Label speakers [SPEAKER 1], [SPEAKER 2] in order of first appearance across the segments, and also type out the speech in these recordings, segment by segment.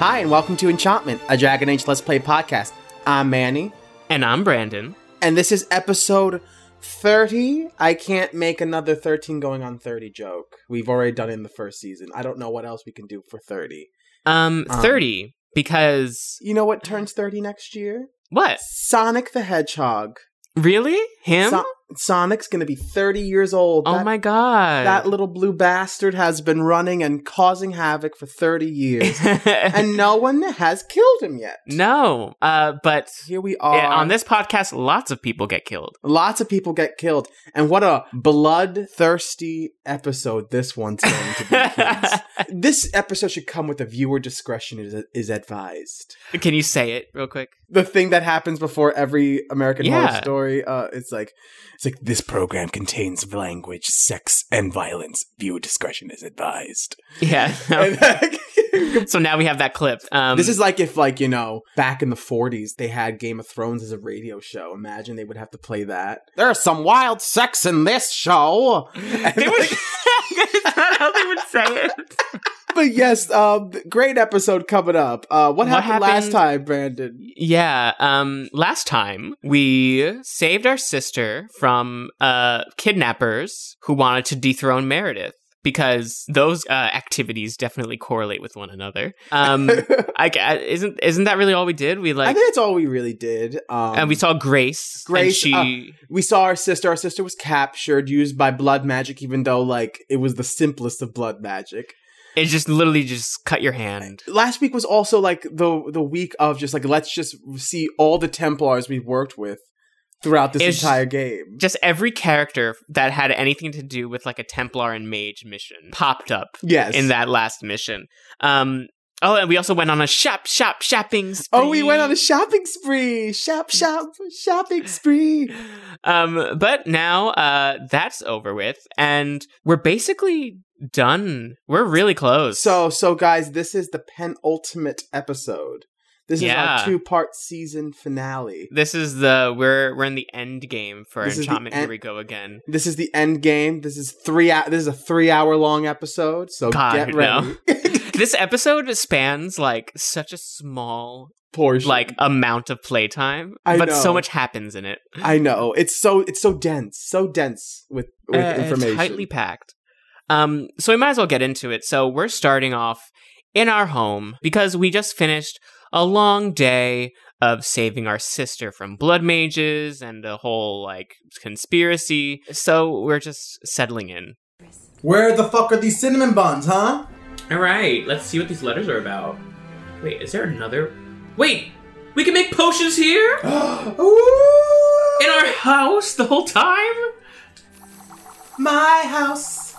[SPEAKER 1] Hi, and welcome to Enchantment, a Dragon Age Let's Play podcast. I'm Manny,
[SPEAKER 2] And I'm Brandon.
[SPEAKER 1] and this is episode 30. I can't make another 13 going on 30 joke. We've already done it in the first season. I don't know what else we can do for 30.
[SPEAKER 2] Um,
[SPEAKER 1] Um,
[SPEAKER 2] 30, because
[SPEAKER 1] You know what turns 30 next year?
[SPEAKER 2] what?
[SPEAKER 1] Sonic the Hedgehog.
[SPEAKER 2] Really? Him?
[SPEAKER 1] So- Sonic's gonna be 30 years old.
[SPEAKER 2] oh
[SPEAKER 1] That-
[SPEAKER 2] my god.
[SPEAKER 1] That little blue bastard has been running and causing havoc for 30 years, and no one has killed him yet.
[SPEAKER 2] no. Uh, but
[SPEAKER 1] Here we
[SPEAKER 2] eh,
[SPEAKER 1] are.
[SPEAKER 2] on this podcast, lots of people get killed.
[SPEAKER 1] Lots of people get killed, and what a bloodthirsty episode this one's going to be. kids. this episode should come with a viewer discretion is, is advised.
[SPEAKER 2] Can you say it real quick?
[SPEAKER 1] The thing that happens before every American Horror
[SPEAKER 2] Yeah.
[SPEAKER 1] Story, uh, it's like it's like this program contains language, sex, and violence. Viewer discretion is advised.
[SPEAKER 2] Yeah.
[SPEAKER 1] And,
[SPEAKER 2] so now we have that clip. Um,
[SPEAKER 1] this is like if, like you know, back in the '40s, they had Game of Thrones as a radio show. Imagine they would have to play that. There's some wild sex in this show.
[SPEAKER 2] They would- it's not how they would say it.
[SPEAKER 1] But yes, um, great episode coming up. Uh, what,
[SPEAKER 2] What
[SPEAKER 1] happened, last
[SPEAKER 2] happened-
[SPEAKER 1] time, Brandon?
[SPEAKER 2] Yeah. Um. Last time we saved our sister from uh kidnappers who wanted to dethrone Meredith because those uh, activities definitely correlate with one another. Um. I, ca- isn't isn't that really all we did? We
[SPEAKER 1] I
[SPEAKER 2] like
[SPEAKER 1] think that's all we really did. Um,
[SPEAKER 2] and we saw Grace.
[SPEAKER 1] Grace,
[SPEAKER 2] And
[SPEAKER 1] uh,
[SPEAKER 2] she.
[SPEAKER 1] we saw our sister. Our sister was captured, used by blood magic, even though like it was the simplest of blood magic.
[SPEAKER 2] it just literally just cut your hand.
[SPEAKER 1] Last week was also like the the week of just like let's just see all the Templars we've worked with throughout this
[SPEAKER 2] It's-
[SPEAKER 1] entire game.
[SPEAKER 2] Just every character that had anything to do with like a Templar and Mage mission popped up
[SPEAKER 1] Yes.
[SPEAKER 2] in that last mission. Um. Oh, and we also went on a shop, shop, shopping.
[SPEAKER 1] Oh, we went
[SPEAKER 2] spree.
[SPEAKER 1] on a shopping spree. Shop, shop, shopping spree.
[SPEAKER 2] um, but now uh, that's over with, and we're basically done. We're really close.
[SPEAKER 1] So, so guys, this is the penultimate episode. This is
[SPEAKER 2] Yeah.
[SPEAKER 1] our two-part season finale.
[SPEAKER 2] this is the we're we're in the end game for
[SPEAKER 1] This is the
[SPEAKER 2] enchantment.
[SPEAKER 1] en-
[SPEAKER 2] Here we go again.
[SPEAKER 1] This is the end game. This is three. Ho- this is a three-hour-long episode. So
[SPEAKER 2] God,
[SPEAKER 1] get
[SPEAKER 2] no.
[SPEAKER 1] ready.
[SPEAKER 2] this episode spans like such a small
[SPEAKER 1] Portion.
[SPEAKER 2] like amount of playtime,
[SPEAKER 1] I
[SPEAKER 2] but
[SPEAKER 1] know.
[SPEAKER 2] so much happens in it.
[SPEAKER 1] I know it's so it's so dense, so dense with with
[SPEAKER 2] Uh, it's
[SPEAKER 1] information.
[SPEAKER 2] tightly packed. Um, so we might as well get into it. So we're starting off in our home because we just finished a long day of saving our sister from blood mages and the whole like conspiracy. So we're just settling in.
[SPEAKER 1] Where the fuck are these cinnamon buns, huh?
[SPEAKER 2] All right, let's see what these letters are about. Wait, is there another? Wait, we can make potions here
[SPEAKER 1] Ooh,
[SPEAKER 2] in our house the whole time.
[SPEAKER 1] my house.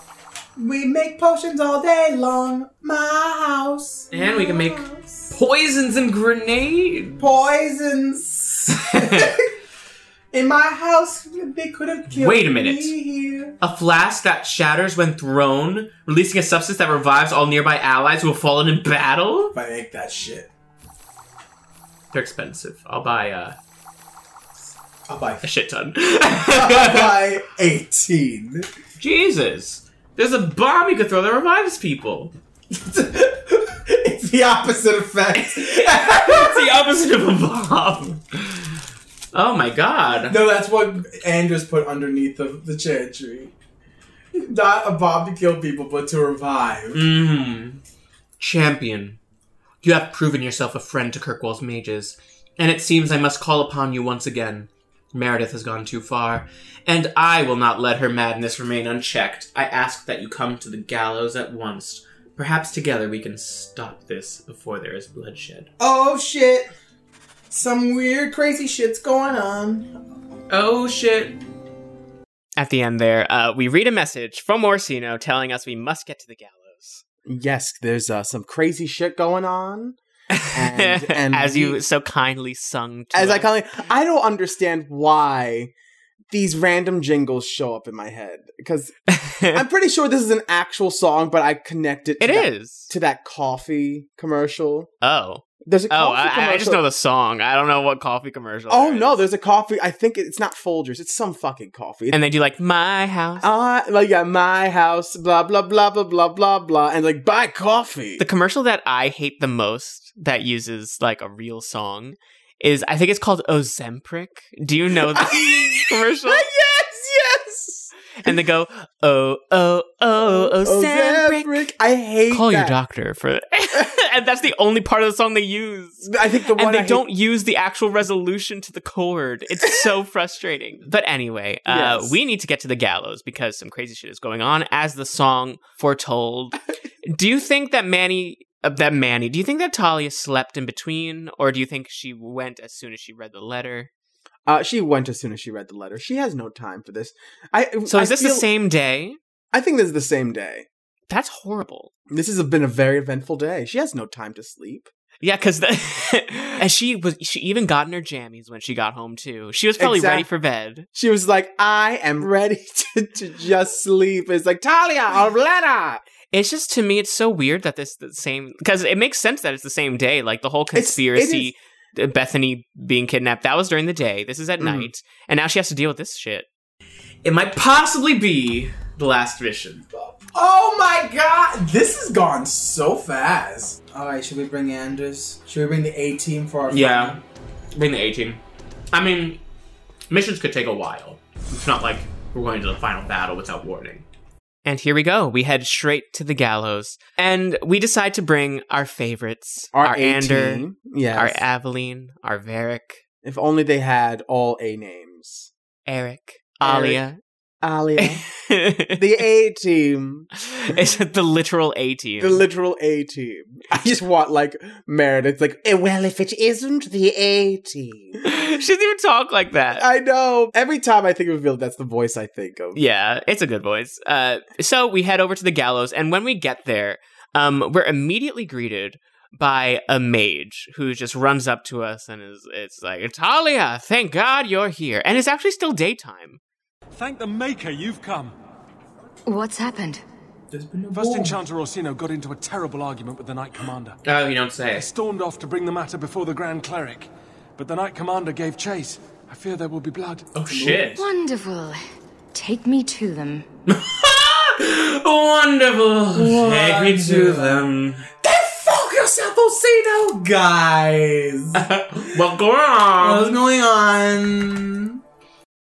[SPEAKER 1] We make potions all day long. My house.
[SPEAKER 2] And we can make poisons and grenades.
[SPEAKER 1] poisons. In my house, they could have killed
[SPEAKER 2] Wait a minute.
[SPEAKER 1] me here.
[SPEAKER 2] A flask that shatters when thrown, releasing a substance that revives all nearby allies who have fallen in battle.
[SPEAKER 1] If I make that shit,
[SPEAKER 2] They're expensive. I'll buy uh,
[SPEAKER 1] I'll buy,
[SPEAKER 2] a shit ton.
[SPEAKER 1] I'll buy 18.
[SPEAKER 2] Jesus. There's a bomb you could throw that revives people.
[SPEAKER 1] it's the opposite effect.
[SPEAKER 2] It's the opposite of a bomb. Oh my god.
[SPEAKER 1] no, that's what Andrews put underneath the, the chantry. Not a bomb to kill people, but to revive.
[SPEAKER 2] Mmm. Champion, you have proven yourself a friend to Kirkwall's mages, and it seems I must call upon you once again. Meredith has gone too far, and I will not let her madness remain unchecked. I ask that you come to the gallows at once. Perhaps together we can stop this before there is bloodshed.
[SPEAKER 1] Oh shit. Some weird, crazy shit's going on.
[SPEAKER 2] Oh shit! At the end there, uh, we read a message from Orsino telling us we must get to the gallows.
[SPEAKER 1] Yes, there's uh, some crazy shit going on. And- and
[SPEAKER 2] As
[SPEAKER 1] we-
[SPEAKER 2] you so kindly sung to
[SPEAKER 1] As I
[SPEAKER 2] us.
[SPEAKER 1] kind of, I don't understand why these random jingles show up in my head because I'm pretty sure this is an actual song, but I connect it. To
[SPEAKER 2] It
[SPEAKER 1] that,
[SPEAKER 2] is.
[SPEAKER 1] to that coffee commercial.
[SPEAKER 2] Oh.
[SPEAKER 1] There's a
[SPEAKER 2] Oh,
[SPEAKER 1] coffee
[SPEAKER 2] I, I just
[SPEAKER 1] commercial-
[SPEAKER 2] know the song. I don't know what coffee commercial.
[SPEAKER 1] Oh
[SPEAKER 2] there
[SPEAKER 1] no,
[SPEAKER 2] is.
[SPEAKER 1] there's a coffee. I think it's not Folgers. It's some fucking coffee.
[SPEAKER 2] and they do like my house.
[SPEAKER 1] uh, like at my house, blah blah blah blah blah blah blah, and like buy coffee.
[SPEAKER 2] The commercial that I hate the most that uses like a real song is I think it's called Ozempric. Do you know this commercial?
[SPEAKER 1] yes,
[SPEAKER 2] And they go, oh, oh, oh, Ozempric.
[SPEAKER 1] Ozempic. I hate
[SPEAKER 2] Call your
[SPEAKER 1] that.
[SPEAKER 2] doctor for And that's the only part of the song they use.
[SPEAKER 1] I think the one
[SPEAKER 2] And
[SPEAKER 1] I
[SPEAKER 2] they
[SPEAKER 1] hate-
[SPEAKER 2] don't use the actual resolution to the chord. It's so frustrating. But anyway, uh,
[SPEAKER 1] Yes.
[SPEAKER 2] we need to get to the gallows because some crazy shit is going on, as the song foretold. do you think that Manny, uh, that Manny, do you think that Talia slept in between, or do you think she went as soon as she read the letter?
[SPEAKER 1] Uh, she went as soon as she read the letter. She has no time for this. I
[SPEAKER 2] So
[SPEAKER 1] I
[SPEAKER 2] is this the
[SPEAKER 1] feel-
[SPEAKER 2] same day?
[SPEAKER 1] I think this is the same day.
[SPEAKER 2] That's horrible.
[SPEAKER 1] This has been a very eventful day. She has no time to sleep.
[SPEAKER 2] Yeah, because and she was she even got in her jammies when she got home too. She was probably ready
[SPEAKER 1] Exact-
[SPEAKER 2] for bed.
[SPEAKER 1] She was like, "I am ready to, to just sleep." It's like Talia, our letter.
[SPEAKER 2] It's just to me, it's so weird that this the same because it makes sense that it's the same day. Like the whole
[SPEAKER 1] it
[SPEAKER 2] conspiracy, uh, Bethany being kidnapped, that was during the day. This is at
[SPEAKER 1] Mhm.
[SPEAKER 2] night, and now she has to deal with this shit.
[SPEAKER 3] Mm-hmm. It might possibly be the last mission.
[SPEAKER 1] Oh my god, this has gone so fast.
[SPEAKER 4] All right, should we bring Anders? Should we bring the A team for our
[SPEAKER 3] Yeah. Bring the A team. I mean, missions could take a while. It's not like we're going to the final battle without warning.
[SPEAKER 2] And here we go. We head straight to the gallows, and we decide to bring our favorites:
[SPEAKER 1] Our,
[SPEAKER 2] our Ander,
[SPEAKER 1] Ander, yes.
[SPEAKER 2] our Aveline, our Varric,
[SPEAKER 1] if only they had all A names.
[SPEAKER 2] Eric,
[SPEAKER 1] Eric.
[SPEAKER 2] Alia.
[SPEAKER 1] Alia, the A team,
[SPEAKER 2] it's the literal A team.
[SPEAKER 1] the literal A team. I just want like Meredith, like, "Eh, well, if it isn't the A team.
[SPEAKER 2] she doesn't even talk like that.
[SPEAKER 1] I know. Every time I think of Bill, that's the voice I think of.
[SPEAKER 2] yeah, it's a good voice. Uh, so we head over to the gallows, and when we get there, um, we're immediately greeted by a mage who just runs up to us and is it's like, Talia, thank God you're here. And it's actually still daytime.
[SPEAKER 5] Thank the Maker you've come.
[SPEAKER 6] What's happened?
[SPEAKER 4] There's been no
[SPEAKER 5] First
[SPEAKER 4] war.
[SPEAKER 5] Enchanter Orsino got into a terrible argument with the Knight Commander.
[SPEAKER 3] Oh, you don't say.
[SPEAKER 5] I stormed off to bring the matter before the Grand Cleric, but the Knight Commander gave chase. I fear there will be blood.
[SPEAKER 3] Oh, shit.
[SPEAKER 6] Wonderful. Take me to them.
[SPEAKER 3] Wonderful. Take me to them.
[SPEAKER 4] Fuck yourself, Osino, guys.
[SPEAKER 3] Well, go on.
[SPEAKER 4] What's going on?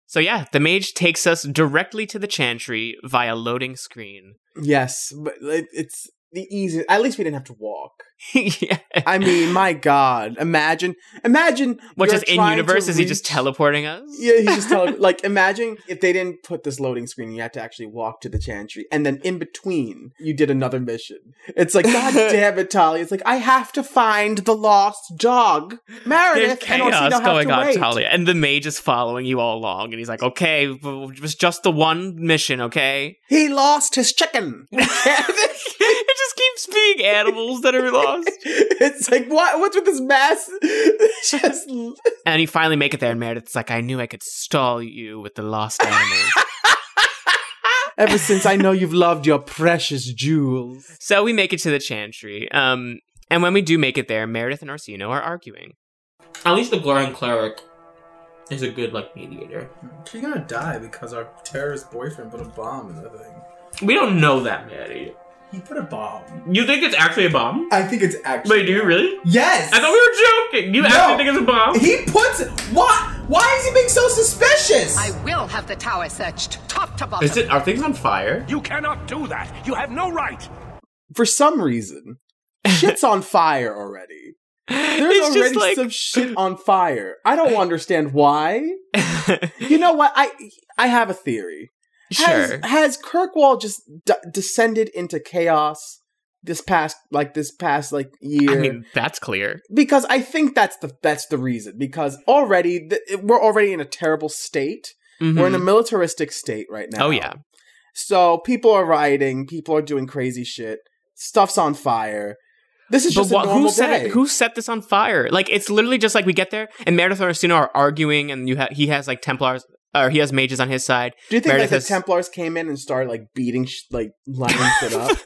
[SPEAKER 2] So yeah, the mage takes us directly to the chantry via loading screen.
[SPEAKER 1] Yes, but it, it's the easiest. At least we didn't have to walk.
[SPEAKER 2] yeah.
[SPEAKER 1] I mean, my God, imagine, imagine.
[SPEAKER 2] Which
[SPEAKER 1] you're
[SPEAKER 2] is in
[SPEAKER 1] trying
[SPEAKER 2] universe?
[SPEAKER 1] to
[SPEAKER 2] Is he just
[SPEAKER 1] reach-
[SPEAKER 2] teleporting us?
[SPEAKER 1] Yeah, he's just telling. like, imagine if they didn't put this loading screen, you had to actually walk to the chantry, and then in between, you did another mission. It's like, God damn it, Tali! It's like I have to find the lost dog,
[SPEAKER 2] There's
[SPEAKER 1] Meredith, and
[SPEAKER 2] chaos
[SPEAKER 1] Orsino have
[SPEAKER 2] going
[SPEAKER 1] to
[SPEAKER 2] on,
[SPEAKER 1] wait.
[SPEAKER 2] Talia, and the mage is following you all along, and he's like, "Okay, w- it was just the one mission, okay?"
[SPEAKER 1] He lost his chicken.
[SPEAKER 2] it just keeps being animals that are lost,
[SPEAKER 1] it's like what? What's with this mess? just
[SPEAKER 2] and you finally make it there. And Meredith's like, "I knew I could stall you with the lost animals."
[SPEAKER 1] ever since I know you've loved your precious jewels.
[SPEAKER 2] so we make it to the chantry, um, and when we do make it there, Meredith and Orsino are arguing.
[SPEAKER 3] At least the Glorian Cleric is a good, like, mediator.
[SPEAKER 4] She's gonna die because our terrorist boyfriend put a bomb in the thing.
[SPEAKER 3] We don't know that, Maddie.
[SPEAKER 4] He put a bomb.
[SPEAKER 3] You think it's actually a bomb?
[SPEAKER 4] I think it's actually.
[SPEAKER 3] Wait, do you really?
[SPEAKER 4] Yes.
[SPEAKER 3] I thought we were joking. You
[SPEAKER 4] No.
[SPEAKER 3] actually think it's a bomb?
[SPEAKER 4] He puts. What? Why is he being so suspicious?
[SPEAKER 7] I will have the tower searched, top to bottom.
[SPEAKER 3] Is it? Are things on fire?
[SPEAKER 5] You cannot do that! You have no right!
[SPEAKER 1] For some reason, shit's on fire already. There's
[SPEAKER 2] It's just
[SPEAKER 1] already
[SPEAKER 2] like-
[SPEAKER 1] some shit on fire. I don't understand why. You know what? I I have a theory. Has,
[SPEAKER 2] sure.
[SPEAKER 1] has Kirkwall just d- descended into chaos this past like this past like year?
[SPEAKER 2] I mean, that's clear.
[SPEAKER 1] because I think that's the that's the reason. Because already th- we're already in a terrible state. We're in a
[SPEAKER 2] Mhm.
[SPEAKER 1] militaristic state right now.
[SPEAKER 2] oh yeah.
[SPEAKER 1] So people are rioting. People are doing crazy shit. Stuff's on fire. This is just
[SPEAKER 2] wha-
[SPEAKER 1] a normal
[SPEAKER 2] who set
[SPEAKER 1] day.
[SPEAKER 2] it, who set this on fire? Like it's literally just like we get there and Meredith and Orsino are arguing, and you ha- he has like Templars or he has mages on his side.
[SPEAKER 1] Do you think like
[SPEAKER 2] Meredith
[SPEAKER 1] the
[SPEAKER 2] has-
[SPEAKER 1] Templars came in and started like beating sh- like lining shit up?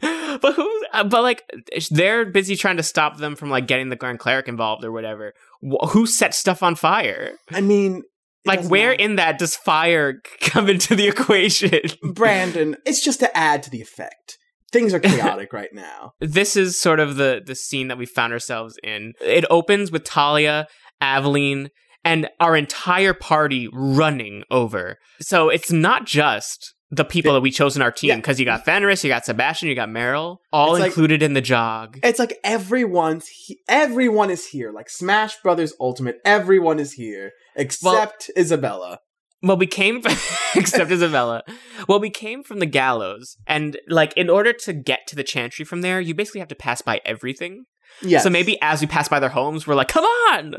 [SPEAKER 2] but who? uh, But like, they're busy trying to stop them from like getting the Grand Cleric involved or whatever. Wh- who set stuff on fire?
[SPEAKER 1] I mean, it
[SPEAKER 2] Like,
[SPEAKER 1] doesn't
[SPEAKER 2] where
[SPEAKER 1] matter.
[SPEAKER 2] in that does fire come into the equation?
[SPEAKER 1] Brandon? It's just to add to the effect. Things are chaotic right now.
[SPEAKER 2] this is sort of the the scene that we found ourselves in. It opens with Talia, Aveline, and our entire party running over. So it's not just the people that we chose in our team
[SPEAKER 1] Yeah.
[SPEAKER 2] because you got Fenris, you got Sebastian, you got Meryl, all
[SPEAKER 1] It's like-
[SPEAKER 2] included in the jog.
[SPEAKER 1] It's like everyone's he- everyone is here. Like Smash Brothers Ultimate, everyone is here except Isabella.
[SPEAKER 2] Well, we came from, except Isabella. Well, we came from the gallows, and like in order to get to the chantry from there, you basically have to pass by everything.
[SPEAKER 1] Yes.
[SPEAKER 2] So maybe as we pass by their homes, we're like, "Come on,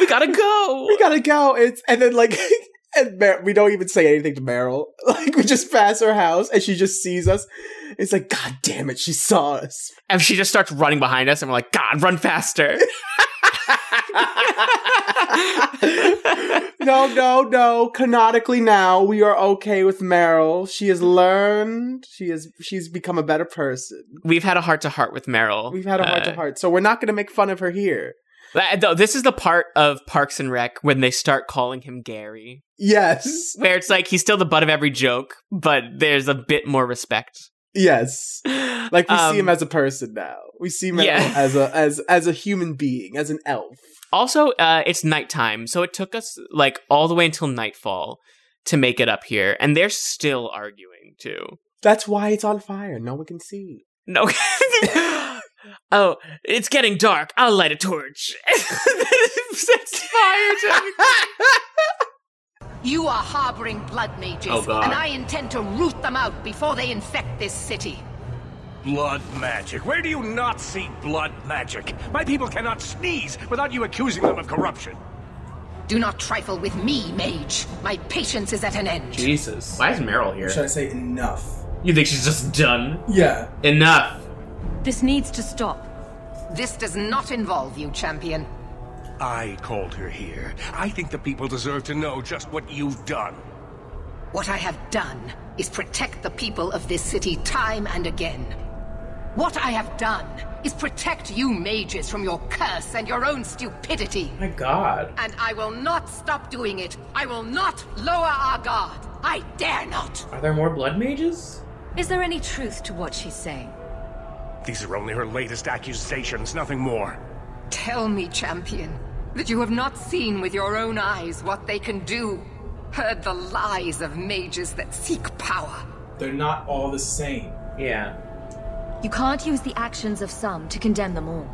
[SPEAKER 2] we gotta go."
[SPEAKER 1] we gotta go. It's and then like and Mer- we don't even say anything to Meryl. Like we just pass her house and she just sees us. It's like God damn it, she saw us.
[SPEAKER 2] And she just starts running behind us, and we're like, God, run faster.
[SPEAKER 1] no, no, no. Canonically now we are okay with Meryl. She has learned. She has she's become a better person.
[SPEAKER 2] We've had a heart to heart with Meryl.
[SPEAKER 1] We've had a heart to
[SPEAKER 2] Uh,
[SPEAKER 1] heart, so we're not gonna make fun of her here.
[SPEAKER 2] that- though, this is the part of Parks and Rec when they start calling him Gary,
[SPEAKER 1] Yes.
[SPEAKER 2] where it's like he's still the butt of every joke, but there's a bit more respect.
[SPEAKER 1] Yes. Like we
[SPEAKER 2] Um,
[SPEAKER 1] see him as a person now. We see Meryl
[SPEAKER 2] Yeah.
[SPEAKER 1] as a as as a human being, as an elf.
[SPEAKER 2] Also, uh, it's nighttime, so it took us like all the way until nightfall to make it up here, and they're still arguing too.
[SPEAKER 1] That's why it's on fire. No one can see.
[SPEAKER 2] No. oh, it's getting dark. I'll light a torch. Sets fire to everything.
[SPEAKER 7] You are harboring blood mages,
[SPEAKER 3] Oh, God.
[SPEAKER 7] and I intend to root them out before they infect this city.
[SPEAKER 8] Blood magic. Where do you not see blood magic? My people cannot sneeze without you accusing them of corruption.
[SPEAKER 7] Do not trifle with me, mage. My patience is at an end.
[SPEAKER 3] Jesus. Why is Meryl
[SPEAKER 4] Should I
[SPEAKER 3] here?
[SPEAKER 4] say enough?
[SPEAKER 3] You think she's just done?
[SPEAKER 4] Yeah.
[SPEAKER 3] Enough.
[SPEAKER 6] This needs to stop.
[SPEAKER 7] This does not involve you, champion.
[SPEAKER 8] I called her here. I think the people deserve to know just what you've done.
[SPEAKER 7] What I have done is protect the people of this city time and again. What I have done is protect you mages from your curse and your own stupidity.
[SPEAKER 3] My God.
[SPEAKER 7] And I will not stop doing it. I will not lower our guard. I dare not.
[SPEAKER 3] Are there more blood mages?
[SPEAKER 6] Is there any truth to what she's saying?
[SPEAKER 8] These are only her latest accusations, nothing more.
[SPEAKER 7] Tell me, champion, that you have not seen with your own eyes what they can do. Heard the lies of mages that seek power.
[SPEAKER 4] They're not all the same.
[SPEAKER 3] Yeah.
[SPEAKER 6] You can't use the actions of some to condemn them all.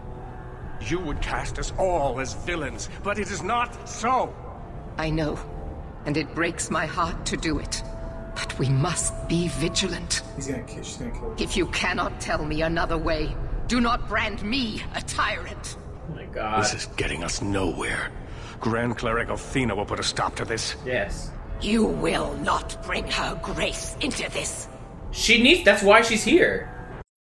[SPEAKER 8] You would cast us all as villains, but it is not so.
[SPEAKER 7] I know, and it breaks my heart to do it. But we must be vigilant.
[SPEAKER 4] He's gonna kill. She's gonna kill.
[SPEAKER 7] If you cannot tell me another way, do not brand me a tyrant.
[SPEAKER 3] Oh my God.
[SPEAKER 8] This is getting us nowhere. Grand Cleric Athena will put a stop to this.
[SPEAKER 3] yes.
[SPEAKER 7] You will not bring her grace into this.
[SPEAKER 3] She needs. That's why she's here.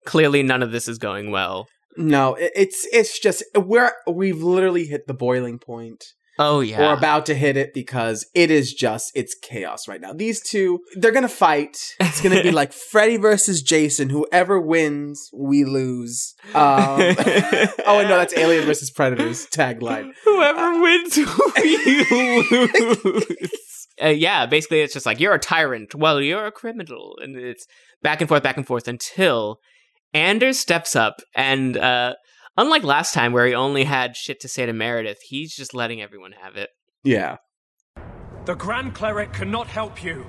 [SPEAKER 2] Clearly, none of this is going well.
[SPEAKER 1] No, it, it's it's just we're we've literally hit the boiling point.
[SPEAKER 2] Oh,
[SPEAKER 1] We're
[SPEAKER 2] yeah.
[SPEAKER 1] about to hit it because it is just it's chaos right now. These two, they're gonna fight. It's gonna be like Freddy versus Jason. Whoever wins, we lose. Um, oh and no, that's Alien versus Predators tagline.
[SPEAKER 2] Whoever wins, you lose. Uh, yeah, basically, it's just like you're a tyrant. Well, you're a criminal, and it's back and forth, back and forth until Anders steps up, and uh, unlike last time where he only had shit to say to Meredith, he's just letting everyone have it.
[SPEAKER 1] Yeah,
[SPEAKER 8] The Grand Cleric cannot help you.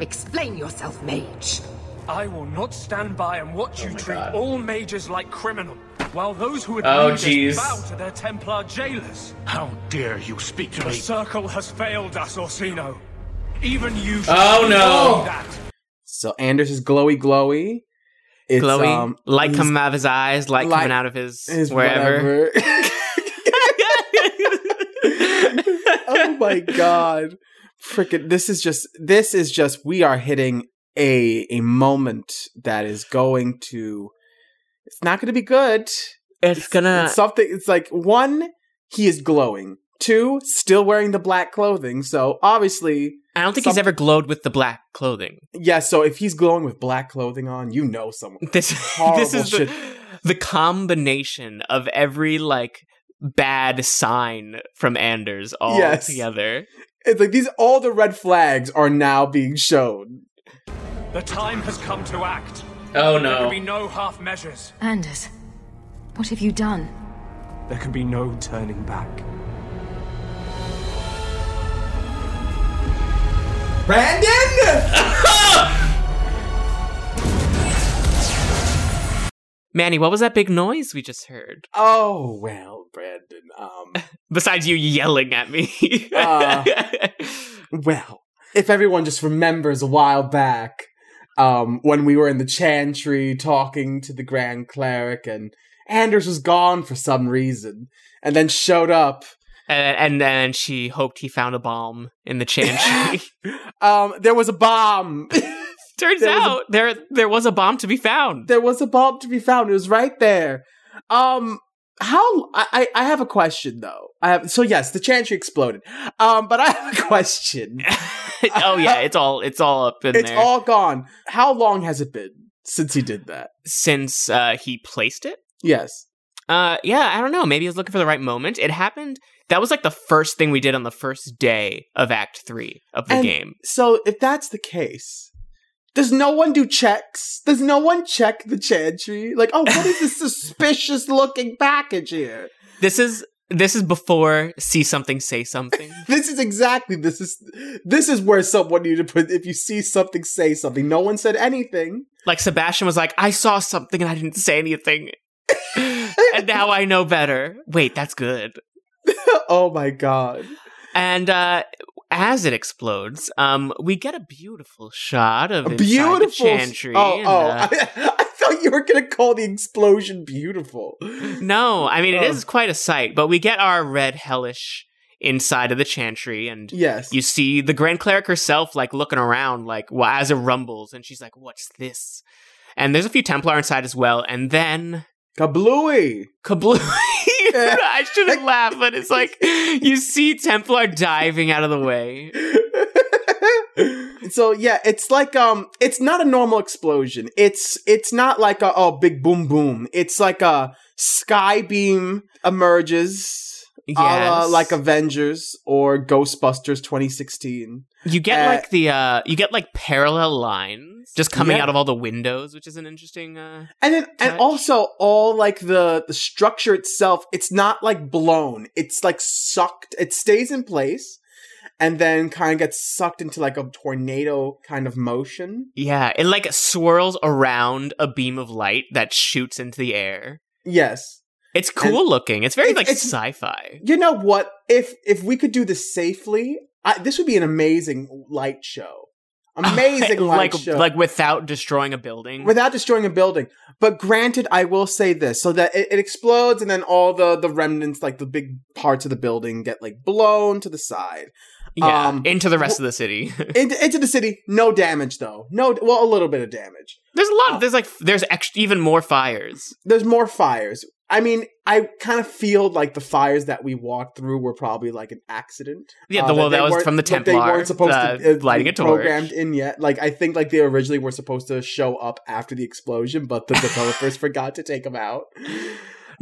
[SPEAKER 7] Explain yourself, mage.
[SPEAKER 8] I will not stand by and
[SPEAKER 3] Oh
[SPEAKER 8] watch you treat all mages like criminal, while those who
[SPEAKER 3] Oh,
[SPEAKER 8] abuse
[SPEAKER 3] jeez.
[SPEAKER 8] us bow to their Templar jailers. How dare you speak to the me? The circle has failed us, Orsino. Even you. should
[SPEAKER 3] Oh, no.
[SPEAKER 8] know That.
[SPEAKER 1] So Anders is glowy, glowy. It's,
[SPEAKER 2] Glowy,
[SPEAKER 1] um,
[SPEAKER 2] light
[SPEAKER 1] he's-
[SPEAKER 2] coming out of his eyes, light,
[SPEAKER 1] light-
[SPEAKER 2] coming out of his,
[SPEAKER 1] is
[SPEAKER 2] wherever.
[SPEAKER 1] whatever. oh my god freaking this is just this is just we are hitting a a moment that is going to it's not going to be good
[SPEAKER 2] it's gonna.
[SPEAKER 1] it's something it's like one he is glowing Two, still wearing the black clothing, so obviously,
[SPEAKER 2] I don't think he's
[SPEAKER 1] Some-
[SPEAKER 2] ever glowed with the black clothing.
[SPEAKER 1] yeah. So if he's glowing with black clothing on, you know someone.
[SPEAKER 2] This this
[SPEAKER 1] Horrible
[SPEAKER 2] is the, the combination of every like bad sign from Anders all
[SPEAKER 1] Yes.
[SPEAKER 2] together.
[SPEAKER 1] It's like these all the red flags are now being shown.
[SPEAKER 8] The time has come to act.
[SPEAKER 3] Oh
[SPEAKER 8] There
[SPEAKER 3] no.
[SPEAKER 8] can be no half measures.
[SPEAKER 6] Anders, what have you done?
[SPEAKER 5] There can be no turning back.
[SPEAKER 4] Brandon!
[SPEAKER 2] Manny, what was that big noise we just heard?
[SPEAKER 1] Oh well, Brandon. Um,
[SPEAKER 2] Besides you yelling at me.
[SPEAKER 1] Uh. well, if everyone just remembers a while back, um, when we were in the chantry talking to the Grand Cleric, and Anders was gone for some reason, and then showed up.
[SPEAKER 2] and, and then she hoped he found a bomb in the chantry.
[SPEAKER 1] Um, there was a bomb.
[SPEAKER 2] Turns
[SPEAKER 1] There was a-
[SPEAKER 2] out there there was a bomb to be found.
[SPEAKER 1] there was a bomb to be found. It was right there. Um, how? I I I have a question though. I have so yes, the chantry exploded. Um, but I have a question.
[SPEAKER 2] oh yeah, it's all it's all up in
[SPEAKER 1] It's
[SPEAKER 2] there
[SPEAKER 1] all gone. How long has it been since he did that?
[SPEAKER 2] since uh, he placed it.
[SPEAKER 1] Yes.
[SPEAKER 2] Uh, yeah, I don't know. Maybe he was looking for the right moment. It happened. That was like the first thing we did on the first day of Act Three of the
[SPEAKER 1] And-
[SPEAKER 2] game.
[SPEAKER 1] So if that's the case, does no one do checks? Does no one check the chantry? Like, oh, what is this suspicious looking package here?
[SPEAKER 2] This is this is before see something, say something.
[SPEAKER 1] This is exactly this is this is where someone you to put if you see something, say something. No one said anything.
[SPEAKER 2] like Sebastian was like, I saw something and I didn't say anything, and now I know better. Wait, that's good.
[SPEAKER 1] oh my god.
[SPEAKER 2] And uh, as it explodes, um, we get a beautiful shot of inside the
[SPEAKER 1] Beautiful. s-
[SPEAKER 2] chantry.
[SPEAKER 1] Oh,
[SPEAKER 2] and,
[SPEAKER 1] oh.
[SPEAKER 2] uh,
[SPEAKER 1] I, I thought you were gonna call the explosion beautiful.
[SPEAKER 2] no, I mean it
[SPEAKER 1] Oh.
[SPEAKER 2] is quite a sight. But we get our red hellish inside of the chantry, and
[SPEAKER 1] Yes.
[SPEAKER 2] you see the grand cleric herself, like looking around, like well, as it rumbles, and she's like, "What's this?" And there's a few Templar inside as well, and then
[SPEAKER 1] Kablooey.
[SPEAKER 2] kablooey. I shouldn't laugh, but it's like you see Templar diving out of the way.
[SPEAKER 1] so yeah, it's like um, it's not a normal explosion. It's it's not like a oh big boom boom. It's like a sky beam emerges, a la
[SPEAKER 2] Yes.
[SPEAKER 1] like Avengers or Ghostbusters 2016.
[SPEAKER 2] You get
[SPEAKER 1] Uh,
[SPEAKER 2] like the uh you get like parallel lines just coming
[SPEAKER 1] Yeah.
[SPEAKER 2] out of all the windows, which is an interesting uh
[SPEAKER 1] And then
[SPEAKER 2] Touch.
[SPEAKER 1] and also all like the the structure itself, it's not like blown. It's like sucked. It stays in place. And then kind of gets sucked into like a tornado kind of motion.
[SPEAKER 2] yeah, it like swirls around a beam of light that shoots into the air.
[SPEAKER 1] Yes.
[SPEAKER 2] It's cool looking. It's very
[SPEAKER 1] It's-
[SPEAKER 2] like
[SPEAKER 1] it's-
[SPEAKER 2] sci-fi.
[SPEAKER 1] you know what if if we could do this safely I, this would be an amazing light show amazing light
[SPEAKER 2] like
[SPEAKER 1] show
[SPEAKER 2] like without destroying a building.
[SPEAKER 1] without destroying a building but granted i will say this so that it, it explodes and then all the the remnants like the big parts of the building get like blown to the side
[SPEAKER 2] yeah,
[SPEAKER 1] um,
[SPEAKER 2] into the rest of the city.
[SPEAKER 1] into, into the city no damage though no well a little bit of damage
[SPEAKER 2] there's a lot.
[SPEAKER 1] Oh.
[SPEAKER 2] Of, there's like f- there's extra, even more fires.
[SPEAKER 1] there's more fires i mean i kind of feel like the fires that we walked through were probably like an accident
[SPEAKER 2] Yeah,
[SPEAKER 1] Uh,
[SPEAKER 2] the, well,
[SPEAKER 1] they
[SPEAKER 2] that was
[SPEAKER 1] weren't-
[SPEAKER 2] from the
[SPEAKER 1] that
[SPEAKER 2] Templar.
[SPEAKER 1] They weren't supposed
[SPEAKER 2] uh,
[SPEAKER 1] to uh,
[SPEAKER 2] lighting
[SPEAKER 1] be
[SPEAKER 2] a torch.
[SPEAKER 1] programmed in yet. Like I think like they originally were supposed to show up after the explosion, but the developers forgot to take them out.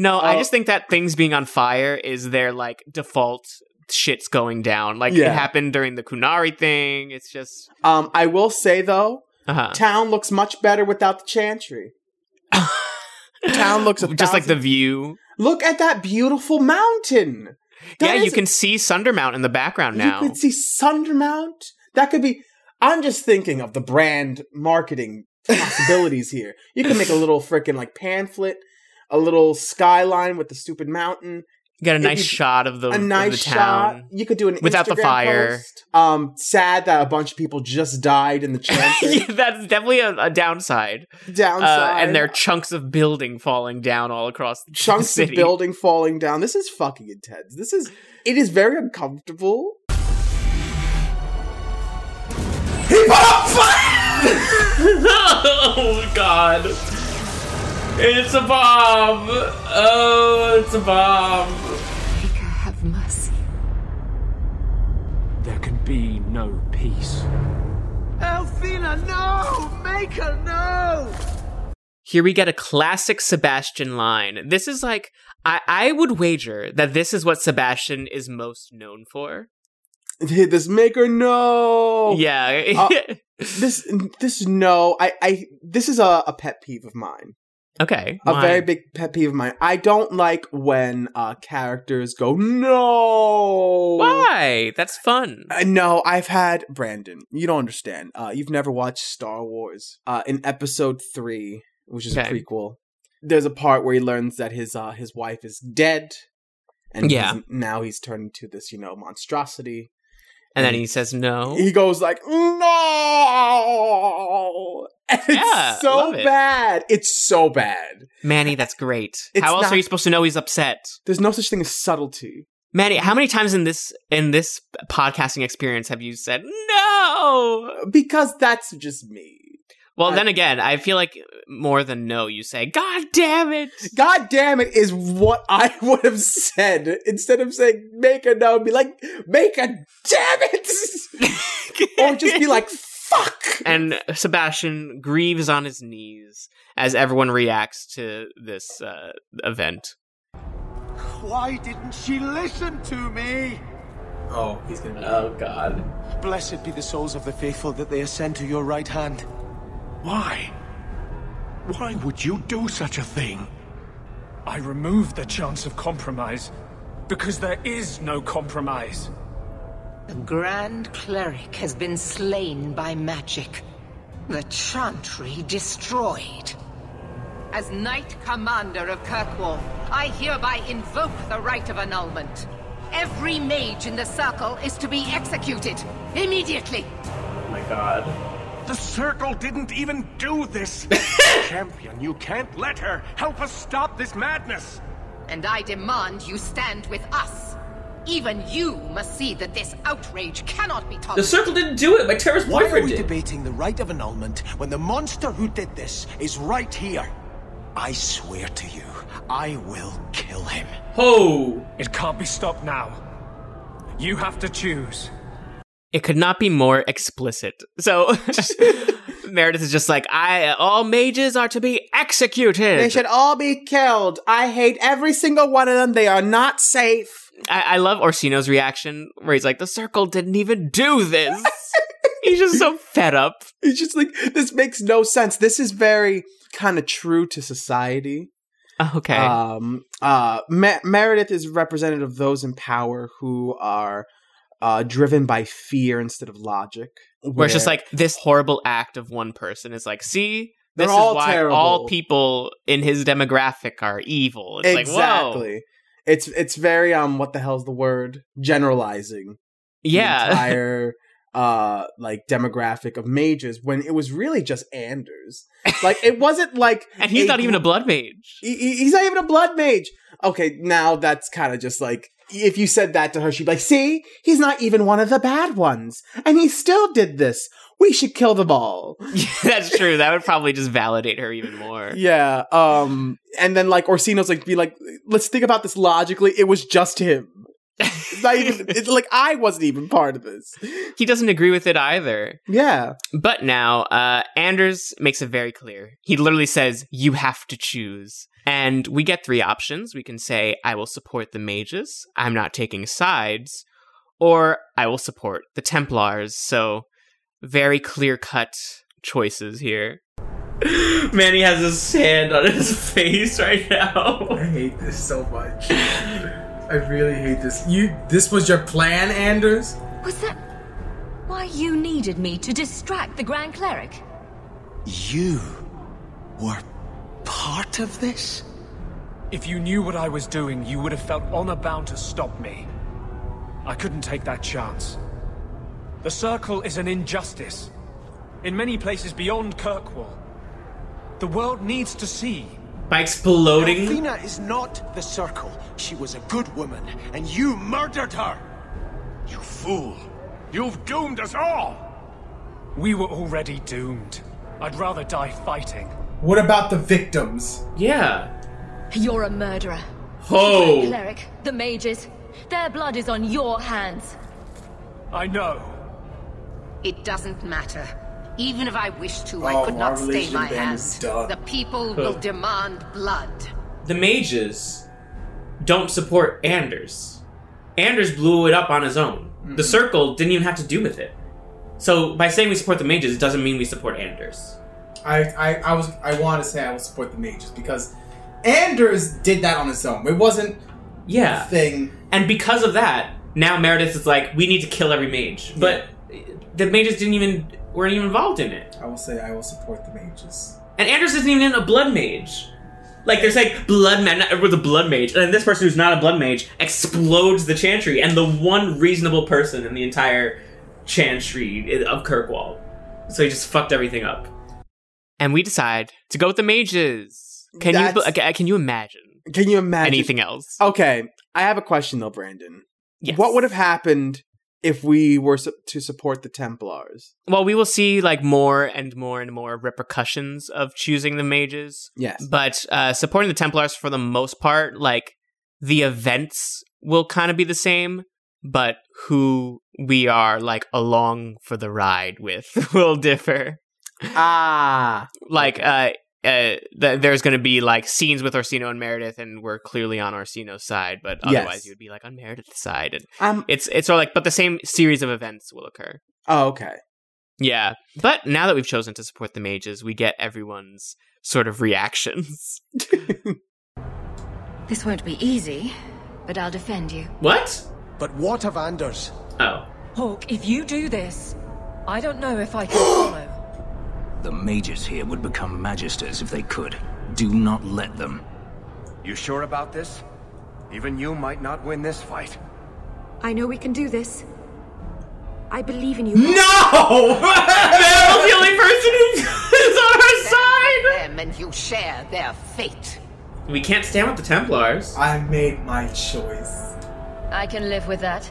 [SPEAKER 2] No, I
[SPEAKER 1] Uh,
[SPEAKER 2] just think that things being on fire is their like default shit's going down. Like
[SPEAKER 1] Yeah.
[SPEAKER 2] it happened during the Kunari thing. It's just
[SPEAKER 1] Um, I will say though,
[SPEAKER 2] uh
[SPEAKER 1] town looks much better without the chantry. Town looks a
[SPEAKER 2] just like the
[SPEAKER 1] thousand-
[SPEAKER 2] view.
[SPEAKER 1] Look at that beautiful mountain. That
[SPEAKER 2] yeah, you
[SPEAKER 1] is-
[SPEAKER 2] can see Sundermount in the background now.
[SPEAKER 1] You could see Sundermount. That could be. I'm just thinking of the brand marketing possibilities here. You can make a little freaking like pamphlet, a little skyline with the stupid mountain,
[SPEAKER 2] Get a
[SPEAKER 1] it'd
[SPEAKER 2] nice
[SPEAKER 1] be
[SPEAKER 2] shot of the
[SPEAKER 1] a
[SPEAKER 2] of
[SPEAKER 1] nice
[SPEAKER 2] the
[SPEAKER 1] shot.
[SPEAKER 2] town.
[SPEAKER 1] You could do an
[SPEAKER 2] Without the
[SPEAKER 1] Instagram
[SPEAKER 2] fire.
[SPEAKER 1] post. Um, sad that a bunch of people just died in the chantry
[SPEAKER 2] yeah, that's definitely a, a downside. Uh,
[SPEAKER 1] downside,
[SPEAKER 2] and there are chunks of building falling down all across the
[SPEAKER 1] chunks
[SPEAKER 2] city.
[SPEAKER 1] of building falling down. This is fucking intense. This is it is very uncomfortable.
[SPEAKER 3] oh god. It's a bomb. Oh, it's a bomb.
[SPEAKER 7] Have mercy.
[SPEAKER 9] There can be no peace.
[SPEAKER 4] Althena, no! Make her no!
[SPEAKER 2] Here we get a classic Sebastian line. This is like, I, I would wager that this is what Sebastian is most known for.
[SPEAKER 1] this maker no
[SPEAKER 2] Yeah.
[SPEAKER 1] Oh, Uh, this this no i i this is a, a pet peeve of mine
[SPEAKER 2] okay.
[SPEAKER 1] a
[SPEAKER 2] Why?
[SPEAKER 1] very big pet peeve of mine i don't like when uh characters go no
[SPEAKER 2] Why? That's fun.
[SPEAKER 1] Uh, no, I've had Brandon. You don't understand. Uh, you've never watched Star Wars. Uh, in Episode Three, which is
[SPEAKER 2] Okay.
[SPEAKER 1] a prequel, there's a part where he learns that his uh, his wife is dead, and
[SPEAKER 2] Yeah.
[SPEAKER 1] he's- now he's turned into this you know monstrosity.
[SPEAKER 2] And then he says no.
[SPEAKER 1] He goes like, "No!" And
[SPEAKER 2] Yeah,
[SPEAKER 1] it's so
[SPEAKER 2] love it.
[SPEAKER 1] bad. It's so bad.
[SPEAKER 2] Manny, that's great.
[SPEAKER 1] It's
[SPEAKER 2] How else
[SPEAKER 1] not-
[SPEAKER 2] are you supposed to know he's upset?
[SPEAKER 1] There's no such thing as subtlety.
[SPEAKER 2] Manny, how many times in this in this podcasting experience have you said no?
[SPEAKER 1] Because that's just me.
[SPEAKER 2] Well,
[SPEAKER 1] I-
[SPEAKER 2] then again, I feel like more than no, you say, "God damn it!"
[SPEAKER 1] God damn it is what I would have said instead of saying make a no, be like make a damn it, or just be like fuck.
[SPEAKER 2] And Sebastian grieves on his knees as everyone reacts to this uh, event.
[SPEAKER 4] Why didn't she listen to me?
[SPEAKER 8] Oh, he's gonna be.
[SPEAKER 3] Oh god.
[SPEAKER 5] Blessed be the souls of the faithful that they ascend to your right hand.
[SPEAKER 8] Why? Why would you do such a thing?
[SPEAKER 10] I removed the chance of compromise because there is no compromise.
[SPEAKER 7] The Grand Cleric has been slain by magic. The Chantry destroyed. As Knight Commander of Kirkwall, I hereby invoke the right of annulment. Every mage in the circle is to be executed immediately.
[SPEAKER 3] Oh my god.
[SPEAKER 8] The circle didn't even do this! Champion, you can't let her! Help us stop this madness!
[SPEAKER 7] And I demand you stand with us. Even you must see that this outrage cannot be
[SPEAKER 3] The
[SPEAKER 7] tolerated.
[SPEAKER 3] circle didn't do it. My terrorist
[SPEAKER 4] Why are
[SPEAKER 3] boyfriend
[SPEAKER 4] we
[SPEAKER 3] did.
[SPEAKER 4] debating the right of annulment when the monster who did this is right here? I swear to you, I will kill him.
[SPEAKER 3] Ho!
[SPEAKER 10] It can't be stopped now. You have to choose.
[SPEAKER 2] It could not be more explicit. So Meredith is just like, "I all mages are to be executed."
[SPEAKER 1] They should all be killed. I hate every single one of them. They are not safe.
[SPEAKER 2] I, I love Orsino's reaction where he's like, "The circle didn't even do this." he's just so fed up.
[SPEAKER 1] It's just like this makes no sense. This is very kind of true to society.
[SPEAKER 2] Okay.
[SPEAKER 1] Um, uh, Me- Meredith is representative of those in power who are uh, driven by fear instead of logic.
[SPEAKER 2] where it's just like this horrible act of one person is like, see,
[SPEAKER 1] They're
[SPEAKER 2] this is
[SPEAKER 1] all
[SPEAKER 2] why
[SPEAKER 1] terrible."
[SPEAKER 2] all people in his demographic are evil. It's like,
[SPEAKER 1] exactly.
[SPEAKER 2] whoa,
[SPEAKER 1] It's it's very um what the hell's the word generalizing the
[SPEAKER 2] yeah,
[SPEAKER 1] entire uh like demographic of mages when it was really just Anders like it wasn't like
[SPEAKER 2] and he's not even a
[SPEAKER 1] gr-
[SPEAKER 2] blood mage.
[SPEAKER 1] he- he- he's not even a blood mage okay now that's kind of just like if you said that to her she'd be like see he's not even one of the bad ones and he still did this we should kill them all
[SPEAKER 2] That's true. That would probably just validate her even more.
[SPEAKER 1] yeah um and then like Orsino's like be like let's think about this logically it was just him It's not even, it's like I wasn't even part of this.
[SPEAKER 2] He doesn't agree with it either.
[SPEAKER 1] Yeah.
[SPEAKER 2] But now, uh, Anders makes it very clear. He literally says, You have to choose. And we get three options. We can say, I will support the mages, I'm not taking sides, or I will support the Templars. So, very clear cut choices here. Manny has his hand on his face right now.
[SPEAKER 4] I hate this so much. I really hate this. You, this was your plan, Anders?
[SPEAKER 6] Was that why you needed me to distract the Grand Cleric?
[SPEAKER 4] You were part of this?
[SPEAKER 10] If you knew what I was doing, you would have felt honor bound to stop me. I couldn't take that chance. The Circle is an injustice. In many places beyond Kirkwall, the world needs to see.
[SPEAKER 2] By exploding.
[SPEAKER 4] Athena is not the circle. She was a good woman, and you murdered her.
[SPEAKER 8] You fool! You've doomed us all!
[SPEAKER 10] We were already doomed. I'd rather die fighting.
[SPEAKER 4] What about the victims?
[SPEAKER 2] Yeah.
[SPEAKER 6] You're a murderer.
[SPEAKER 2] Ho!
[SPEAKER 6] Cleric, the mages, their blood is on your hands.
[SPEAKER 10] I know.
[SPEAKER 7] It doesn't matter. Even if I wished to,
[SPEAKER 11] Oh,
[SPEAKER 7] I could
[SPEAKER 11] my
[SPEAKER 7] not stay
[SPEAKER 11] religion
[SPEAKER 7] my
[SPEAKER 11] then
[SPEAKER 7] hand.
[SPEAKER 11] is done.
[SPEAKER 7] The people will
[SPEAKER 2] Huh.
[SPEAKER 7] demand blood.
[SPEAKER 2] the mages don't support Anders. Anders blew it up on his own. The circle didn't even have to do with it. So by saying we support the mages, it doesn't mean we support Anders.
[SPEAKER 11] I, I, I was I want to say I will support the mages because Anders did that on his own. It wasn't
[SPEAKER 2] Yeah.
[SPEAKER 11] a thing.
[SPEAKER 2] And because of that, now Meredith is like, we need to kill every mage. But the mages didn't even weren't even involved in it.
[SPEAKER 11] I will say I will support the mages.
[SPEAKER 2] And Anders isn't even a blood mage. Like they're saying blood man, not everyone's a blood mage, and then this person who's not a blood mage explodes the chantry, and the one reasonable person in the entire chantry i- of Kirkwall. So he just fucked everything up. And we decide to go with the mages. Can you
[SPEAKER 1] That's-
[SPEAKER 2] okay, can you imagine
[SPEAKER 1] Can you imagine
[SPEAKER 2] anything else?
[SPEAKER 1] Okay, I have a question though, Brandon. What would have happened if we were su- to support the Templars?
[SPEAKER 2] Well, we will see like more and more and more repercussions of choosing the mages.
[SPEAKER 1] Yes.
[SPEAKER 2] But uh, supporting the Templars for the most part, like the events will kind of be the same, but who we are like along for the ride with will differ.
[SPEAKER 1] Ah.
[SPEAKER 2] Like uh, uh th- there's going to be like scenes with Orsino and Meredith and we're clearly on Orsino's side, but
[SPEAKER 1] Yes.
[SPEAKER 2] otherwise you would be like on Meredith's side and
[SPEAKER 1] Um,
[SPEAKER 2] it's it's sort of like but the same series of events will occur.
[SPEAKER 1] Oh, okay.
[SPEAKER 2] Yeah. But now that we've chosen to support the mages, we get everyone's sort of reactions.
[SPEAKER 6] This won't be easy, but I'll defend you.
[SPEAKER 2] What?
[SPEAKER 4] But what of Anders?
[SPEAKER 2] Oh.
[SPEAKER 6] Hawk, if you do this, I don't know if I can follow.
[SPEAKER 12] The mages here would become magisters if they could. Do not let them.
[SPEAKER 8] You sure about this? Even you might not win this fight.
[SPEAKER 13] I know we can do this. I believe in you.
[SPEAKER 2] No! Meryl's the only person who is on her side!
[SPEAKER 7] Them and you share their fate.
[SPEAKER 2] We can't stand with the Templars.
[SPEAKER 11] I made my choice.
[SPEAKER 6] I can live with that.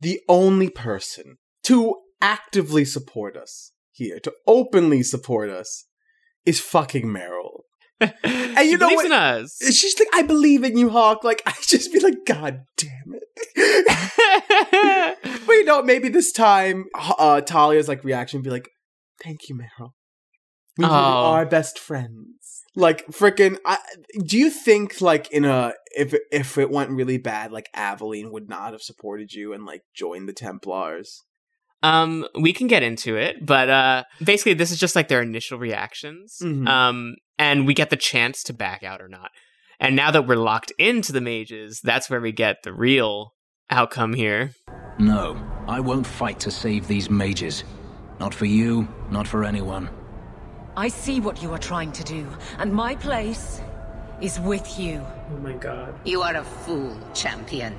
[SPEAKER 1] The only person to actively support us here, to openly support us, is fucking Meryl. and you
[SPEAKER 2] She
[SPEAKER 1] know
[SPEAKER 2] believes
[SPEAKER 1] what?
[SPEAKER 2] in us.
[SPEAKER 1] She's like, I believe in you, Hawk. Like, I just be like, God damn it. but you know, maybe this time, uh, Talia's like reaction would be like, Thank you, Meryl. We really
[SPEAKER 2] Oh.
[SPEAKER 1] are best friends. Like freaking, do you think like in a if if it went really bad, like Aveline would not have supported you and like joined the Templars?
[SPEAKER 2] Um, we can get into it, but uh basically this is just like their initial reactions.
[SPEAKER 1] Mhm.
[SPEAKER 2] Um and we get the chance to back out or not. And now that we're locked into the mages, that's where we get the real outcome here.
[SPEAKER 12] No, I won't fight to save these mages. Not for you, not for anyone.
[SPEAKER 13] I see what you are trying to do, and my place is with you.
[SPEAKER 2] Oh my god.
[SPEAKER 7] You are a fool, champion.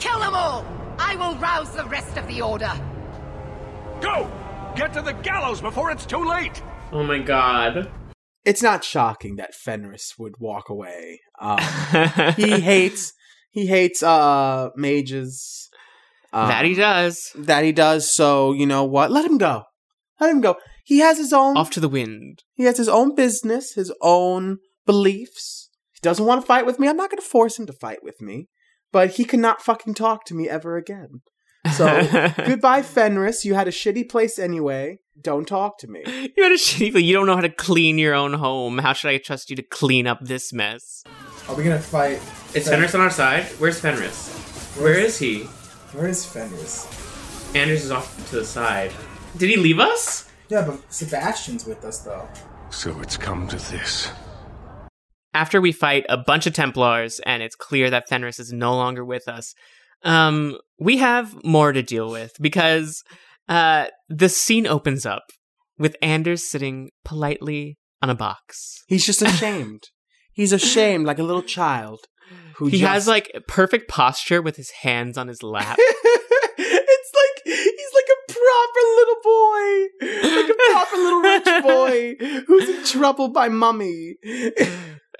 [SPEAKER 7] Kill them all! I will rouse the rest of the order.
[SPEAKER 8] Go! Get to the gallows before it's too late!
[SPEAKER 2] Oh my god.
[SPEAKER 1] It's not shocking that Fenris would walk away. Um, he hates he hates uh mages. Um,
[SPEAKER 2] That he does.
[SPEAKER 1] That he does. So you know what? Let him go. Let him go. He has his own.
[SPEAKER 2] Off to the wind.
[SPEAKER 1] He has his own business, his own beliefs. He doesn't want to fight with me. I'm not going to force him to fight with me. But he cannot fucking talk to me ever again. So goodbye, Fenris. You had a shitty place anyway. Don't talk to me.
[SPEAKER 2] You had a shitty but you don't know how to clean your own home. How should I trust you to clean up this mess?
[SPEAKER 11] Are we gonna fight?
[SPEAKER 2] Is Fenris on our side? Where's Fenris? Where is he?
[SPEAKER 11] Where is Fenris?
[SPEAKER 2] Anders is off to the side. Did he leave us?
[SPEAKER 11] Yeah, but Sebastian's with us though.
[SPEAKER 8] So it's come to this.
[SPEAKER 2] after we fight a bunch of Templars and it's clear that Fenris is no longer with us, um, we have more to deal with because uh, the scene opens up with Anders sitting politely on a box.
[SPEAKER 1] He's just ashamed. He's ashamed like a little child who
[SPEAKER 2] he
[SPEAKER 1] just-
[SPEAKER 2] has like perfect posture with his hands on his lap.
[SPEAKER 1] He's like a proper little boy, like a proper little rich boy who's in trouble by mummy.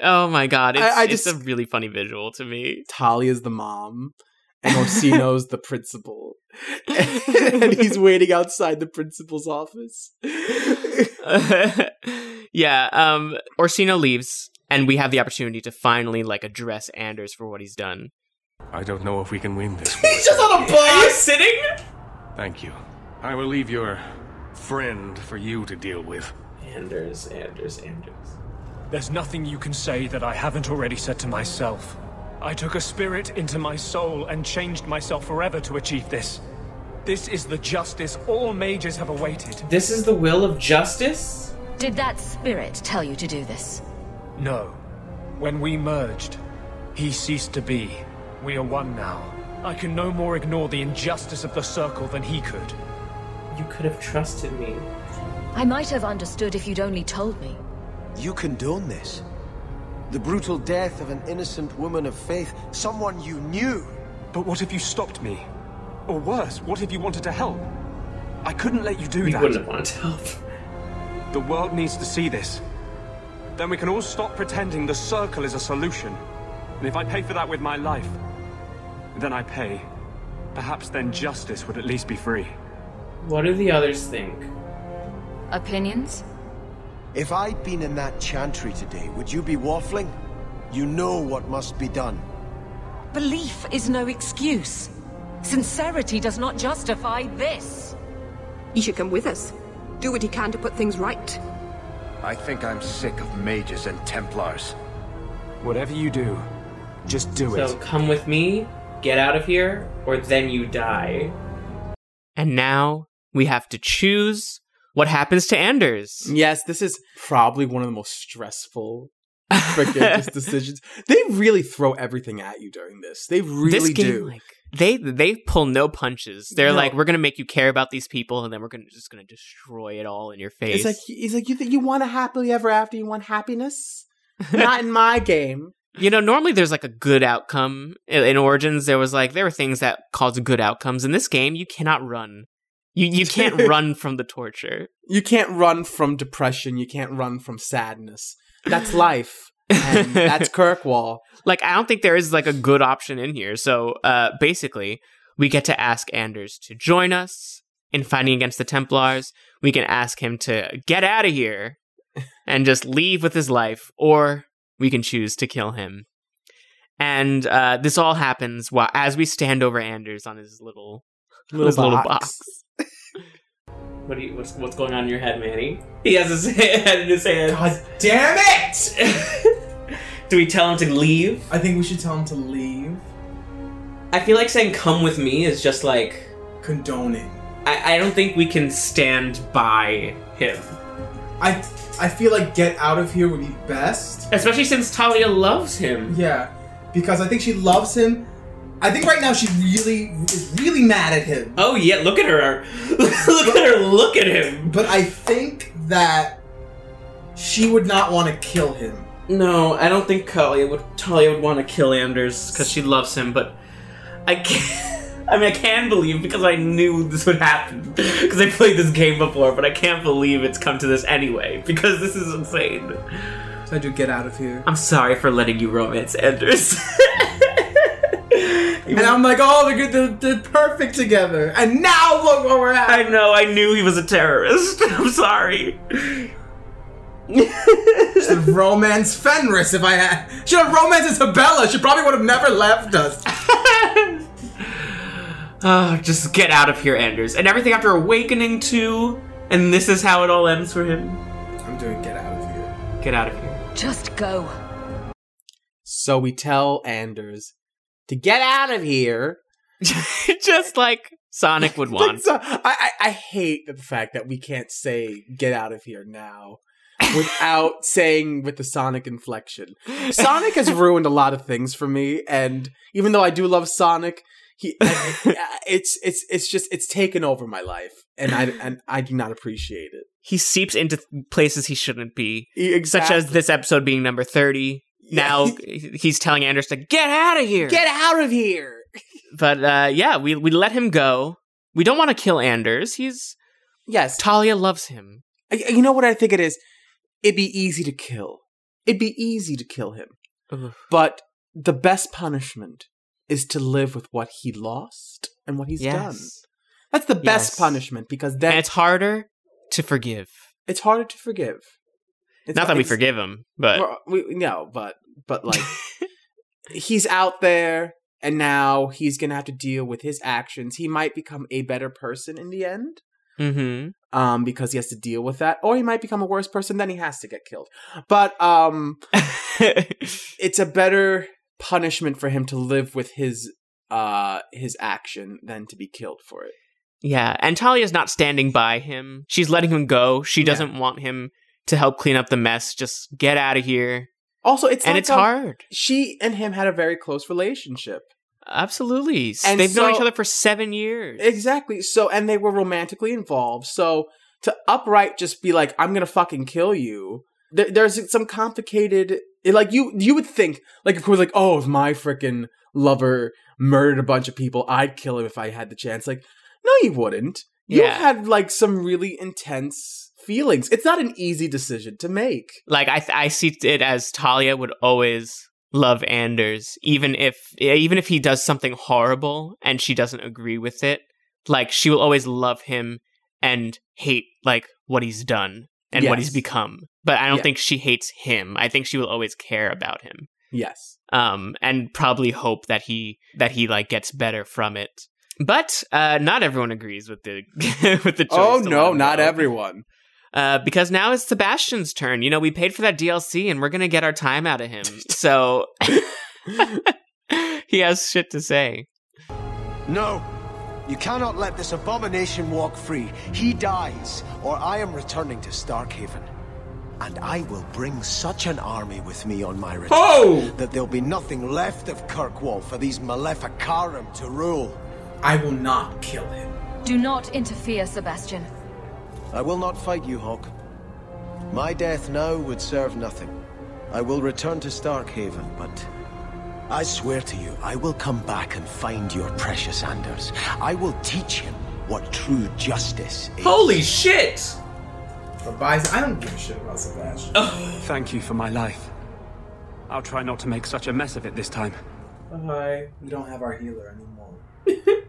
[SPEAKER 2] oh my god, it's,
[SPEAKER 1] I- I
[SPEAKER 2] it's
[SPEAKER 1] just-
[SPEAKER 2] a really funny visual to me.
[SPEAKER 1] Talia's the mom, and Orsino's the principal, and he's waiting outside the principal's office.
[SPEAKER 2] yeah, um, Orsino leaves and we have the opportunity to finally like address Anders for what he's done.
[SPEAKER 8] I don't know if we can win this.
[SPEAKER 11] He's just on a bus.
[SPEAKER 2] Are you sitting?
[SPEAKER 8] Thank you. I will leave your friend for you to deal with.
[SPEAKER 3] Anders, Anders, Anders.
[SPEAKER 10] There's nothing you can say that I haven't already said to myself. I took a spirit into my soul and changed myself forever to achieve this. This is the justice all mages have awaited.
[SPEAKER 3] This is the will of justice?
[SPEAKER 6] Did that spirit tell you to do this?
[SPEAKER 10] No. When we merged, he ceased to be. We are one now. I can no more ignore the injustice of the circle than he could.
[SPEAKER 3] You could have trusted me.
[SPEAKER 6] I might have understood if you'd only told me.
[SPEAKER 4] You condone this? The brutal death of an innocent woman of faith, someone you knew.
[SPEAKER 10] But what if you stopped me? Or worse, what if you wanted to help? I couldn't let you do
[SPEAKER 3] You
[SPEAKER 10] that.
[SPEAKER 3] wouldn't have wanted to help.
[SPEAKER 10] The world needs to see this. Then we can all stop pretending the circle is a solution. And if I pay for that with my life, then I pay. Perhaps then justice would at least be free.
[SPEAKER 3] What do the others think?
[SPEAKER 6] Opinions?
[SPEAKER 4] If I'd been in that chantry today, would you be waffling? You know what must be done.
[SPEAKER 13] Belief is no excuse. Sincerity does not justify this.
[SPEAKER 14] You should come with us. Do what he can to put things right.
[SPEAKER 8] I think I'm sick of mages and Templars.
[SPEAKER 10] Whatever you do, just do
[SPEAKER 3] So come with me, get out of here, or then you die.
[SPEAKER 2] And now we have to choose what happens to Anders.
[SPEAKER 1] Yes, this is probably one of the most stressful freaking just decisions. They really throw everything at you during this. They really
[SPEAKER 2] this game,
[SPEAKER 1] do.
[SPEAKER 2] like they they pull no punches. They're
[SPEAKER 1] No.
[SPEAKER 2] like, we're gonna make you care about these people, and then we're gonna just gonna destroy it all in your face.
[SPEAKER 1] It's like he's like you. Th- you want a happily ever after. You want happiness. Not in my game.
[SPEAKER 2] you know, normally there's like a good outcome in, in Origins. There was like there were things that caused good outcomes. In this game, you cannot run. You you can't run from the torture.
[SPEAKER 1] You can't run from depression. You can't run from sadness. That's life. And that's Kirkwall.
[SPEAKER 2] Like I don't think there is like a good option in here. So uh, basically, we get to ask Anders to join us in fighting against the Templars. We can ask him to get out of here and just leave with his life, or we can choose to kill him. And uh, this all happens while as we stand over Anders on his little
[SPEAKER 1] Little
[SPEAKER 2] his little
[SPEAKER 1] box.
[SPEAKER 2] box. What do you, what's what's going on in your head, Manny? He has his head in his hand.
[SPEAKER 11] God damn it!
[SPEAKER 3] Do we tell him to leave?
[SPEAKER 11] I think we should tell him to leave.
[SPEAKER 3] I feel like saying come with me is just like
[SPEAKER 11] Condoning.
[SPEAKER 3] I, I don't think we can stand by him.
[SPEAKER 11] I I feel like get out of here would be best.
[SPEAKER 3] Especially since Talia loves him.
[SPEAKER 11] Yeah, because I think she loves him. I think right now she really is really mad at him.
[SPEAKER 3] Oh yeah, look at her. look at her look at him.
[SPEAKER 11] But I think that she would not want to kill him.
[SPEAKER 3] No, I don't think Talia would Talia would want to kill Anders because she loves him, but I can't I mean I can believe because I knew this would happen. Because I played this game before, but I can't believe it's come to this anyway, because this is insane.
[SPEAKER 11] So I do get out of here.
[SPEAKER 3] I'm sorry for letting you romance Anders.
[SPEAKER 11] And I'm like, oh, they're, good, they're, they're perfect together. And now look where we're at.
[SPEAKER 3] I know, I knew he was a terrorist. I'm sorry.
[SPEAKER 11] should have romance Fenris if I had. Should have romanced Isabella. She probably would have never left us.
[SPEAKER 2] Ah,
[SPEAKER 3] Oh, just get out of here, Anders. And everything after awakening to, and this is how it all ends for him.
[SPEAKER 11] I'm doing get out of here.
[SPEAKER 3] Get out of here.
[SPEAKER 6] Just go.
[SPEAKER 1] So we tell Anders to get out of here.
[SPEAKER 2] just like Sonic would
[SPEAKER 1] Like,
[SPEAKER 2] want.
[SPEAKER 1] so- I, I, I hate the fact that we can't say get out of here now without saying with the Sonic inflection. Sonic has ruined a lot of things for me, and even though I do love Sonic, he it's it's it's just it's taken over my life, and I and I do not appreciate it.
[SPEAKER 2] he seeps into th- places he shouldn't be, E, such
[SPEAKER 1] Exactly.
[SPEAKER 2] as this episode being number thirty. Now he's telling Anders to get out of here.
[SPEAKER 1] Get out of here!
[SPEAKER 2] but uh, yeah, we we let him go. We don't want to kill Anders. He's
[SPEAKER 1] Yes,
[SPEAKER 2] Talia loves him.
[SPEAKER 1] I- you know what I think it is. It'd be easy to kill. It'd be easy to kill him.
[SPEAKER 2] Ugh.
[SPEAKER 1] But the best punishment is to live with what he lost and what he's done. That's the best
[SPEAKER 2] Yes.
[SPEAKER 1] punishment because then
[SPEAKER 2] and
[SPEAKER 1] it's,
[SPEAKER 2] it's harder to forgive.
[SPEAKER 1] harder to forgive. It's-
[SPEAKER 2] Not that we
[SPEAKER 1] it's-
[SPEAKER 2] forgive him, but
[SPEAKER 1] well, we, no, but but like he's out there and now he's gonna have to deal with his actions. He might become a better person in the end.
[SPEAKER 2] Mm-hmm.
[SPEAKER 1] Um, because he has to deal with that, or he might become a worse person. Then he has to get killed. But um, it's a better punishment for him to live with his uh his action than to be killed for it.
[SPEAKER 2] Yeah, and Talia's not standing by him. She's letting him go. She doesn't want him to help clean up the mess. Just get out of here.
[SPEAKER 1] Also, it's
[SPEAKER 2] and
[SPEAKER 1] like
[SPEAKER 2] it's
[SPEAKER 1] a-
[SPEAKER 2] hard.
[SPEAKER 1] She and him had a very close relationship.
[SPEAKER 2] Absolutely.
[SPEAKER 1] And
[SPEAKER 2] They've known
[SPEAKER 1] so-
[SPEAKER 2] each other for seven years.
[SPEAKER 1] Exactly. So, and they were romantically involved. So, to upright just be like, "I'm gonna fucking kill you," there, there's some complicated. Like you, you would think, like of course, like, "Oh, if my freaking lover murdered a bunch of people, I'd kill him if I had the chance." Like, no, you wouldn't. You
[SPEAKER 2] Yeah.
[SPEAKER 1] had like some really intense feelings. It's not an easy decision to make.
[SPEAKER 2] like I, I see it as Talia would always love Anders, even if even if he does something horrible and she doesn't agree with it. Like she will always love him and hate like what he's done and what
[SPEAKER 1] Yes.
[SPEAKER 2] he's become. But I don't
[SPEAKER 1] Yeah.
[SPEAKER 2] think she hates him. I think she will always care about him.
[SPEAKER 1] Yes.
[SPEAKER 2] Um, and probably hope that he that he like gets better from it. But uh, not everyone agrees with the with the choice.
[SPEAKER 1] Oh
[SPEAKER 2] to let
[SPEAKER 1] no,
[SPEAKER 2] him
[SPEAKER 1] not
[SPEAKER 2] go.
[SPEAKER 1] everyone.
[SPEAKER 2] Uh, because now it's Sebastian's turn. You know, we paid for that DLC and we're going to get our time out of him. So he has shit to say.
[SPEAKER 4] No! You cannot let this abomination walk free. He dies, or I am returning to Starkhaven. And I will bring such an army with me on my return
[SPEAKER 11] Oh!
[SPEAKER 4] that there'll be nothing left of Kirkwall for these Maleficarum to rule.
[SPEAKER 11] I will not kill him.
[SPEAKER 6] Do not interfere, Sebastian.
[SPEAKER 4] I will not fight you, Hawk. My death now would serve nothing. I will return to Starkhaven, but I swear to you, I will come back and find your precious Anders. I will teach him what true justice is.
[SPEAKER 10] Holy shit!
[SPEAKER 11] But Bison, I don't give a shit about Sebastian.
[SPEAKER 10] Thank you for my life. I'll try not to make such a mess of it this time.
[SPEAKER 11] Hi. We don't have our healer anymore.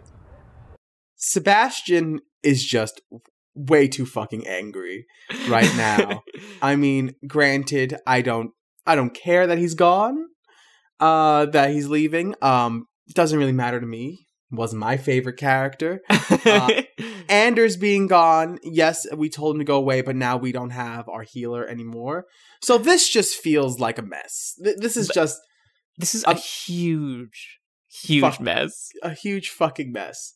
[SPEAKER 1] Sebastian is just way too fucking angry right now. I mean, granted, I don't I don't care that he's gone, uh that he's leaving. Um doesn't really matter to me. Wasn't my favorite character. Uh, Anders being gone, yes, we told him to go away, but now we don't have our healer anymore. So this just feels like a mess. Th- this is just
[SPEAKER 2] This is a huge, huge
[SPEAKER 1] Fuck.
[SPEAKER 2] mess.
[SPEAKER 1] a huge fucking mess.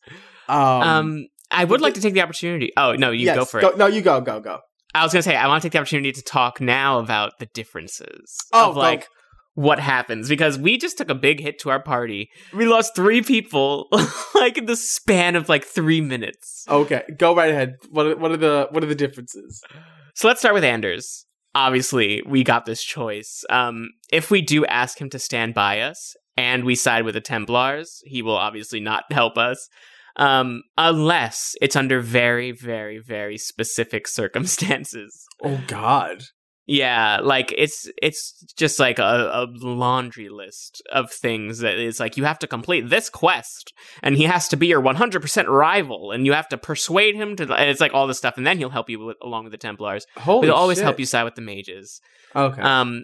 [SPEAKER 1] Um,
[SPEAKER 2] Um, I would like to take the opportunity. Oh, no, you
[SPEAKER 1] yes,
[SPEAKER 2] go for it.
[SPEAKER 1] No, you go, go, go.
[SPEAKER 2] I was going to say, I want to take the opportunity to talk now about the differences
[SPEAKER 1] Oh,
[SPEAKER 2] of
[SPEAKER 1] go.
[SPEAKER 2] like what happens because we just took a big hit to our party. We lost three people like in the span of like three minutes.
[SPEAKER 1] Okay, go right ahead. What are, what are the what are the differences?
[SPEAKER 2] So let's start with Anders. Obviously, we got this choice. Um, if we do ask him to stand by us and we side with the Templars, he will obviously not help us. Um, unless it's under very, very, very specific circumstances.
[SPEAKER 1] Oh God.
[SPEAKER 2] Yeah, like it's it's just like a, a laundry list of things that it's like you have to complete this quest, and he has to be your 100% rival, and you have to persuade him to. And it's like all this stuff, and then he'll help you with, along with the Templars.
[SPEAKER 1] Holy
[SPEAKER 2] He'll always
[SPEAKER 1] shit.
[SPEAKER 2] help you side with the mages.
[SPEAKER 1] Okay.
[SPEAKER 2] Um,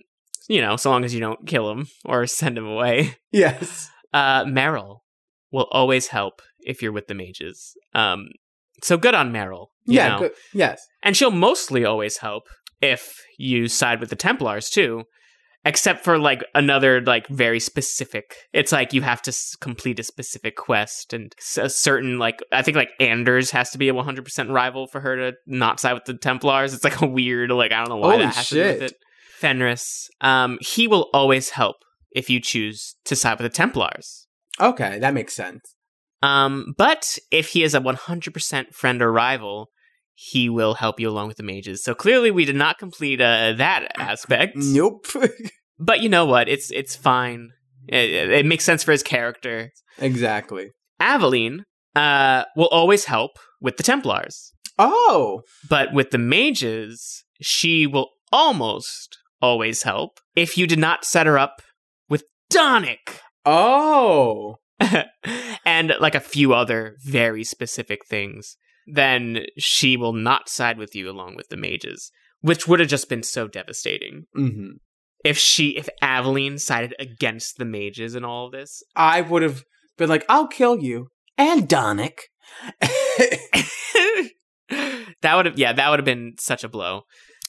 [SPEAKER 2] you know, so long as you don't kill him or send him away.
[SPEAKER 1] yes.
[SPEAKER 2] Uh, Meryl will always help if you're with the mages. Um, so good on Meryl. you
[SPEAKER 1] Yeah.
[SPEAKER 2] know?
[SPEAKER 1] Good. Yes.
[SPEAKER 2] And she'll mostly always help if you side with the Templars too, except for like another like very specific. It's like you have to s- complete a specific quest and s- a certain like I think like Anders has to be a 100% rival for her to not side with the Templars. It's like a weird like I don't know why
[SPEAKER 1] Holy
[SPEAKER 2] that has to do with
[SPEAKER 1] shit.
[SPEAKER 2] it. Fenris, um, he will always help if you choose to side with the Templars.
[SPEAKER 1] Okay, that makes sense.
[SPEAKER 2] Um, but if he is a 100% friend or rival, he will help you along with the mages. So clearly, we did not complete uh, that aspect.
[SPEAKER 1] Nope.
[SPEAKER 2] But you know what? It's it's fine. It, it- it makes sense for his character.
[SPEAKER 1] exactly.
[SPEAKER 2] Aveline uh, will always help with the Templars,
[SPEAKER 1] Oh.
[SPEAKER 2] but with the mages, she will almost always help if you did not set her up with Donic.
[SPEAKER 1] Oh.
[SPEAKER 2] and like a few other very specific things, then she will not side with you along with the mages, which would have just been so devastating.
[SPEAKER 1] hmm
[SPEAKER 2] if she if Aveline sided against the mages in all of this.
[SPEAKER 1] I would have been like, I'll kill you and Donick.
[SPEAKER 2] That would have yeah, that would have been such a blow.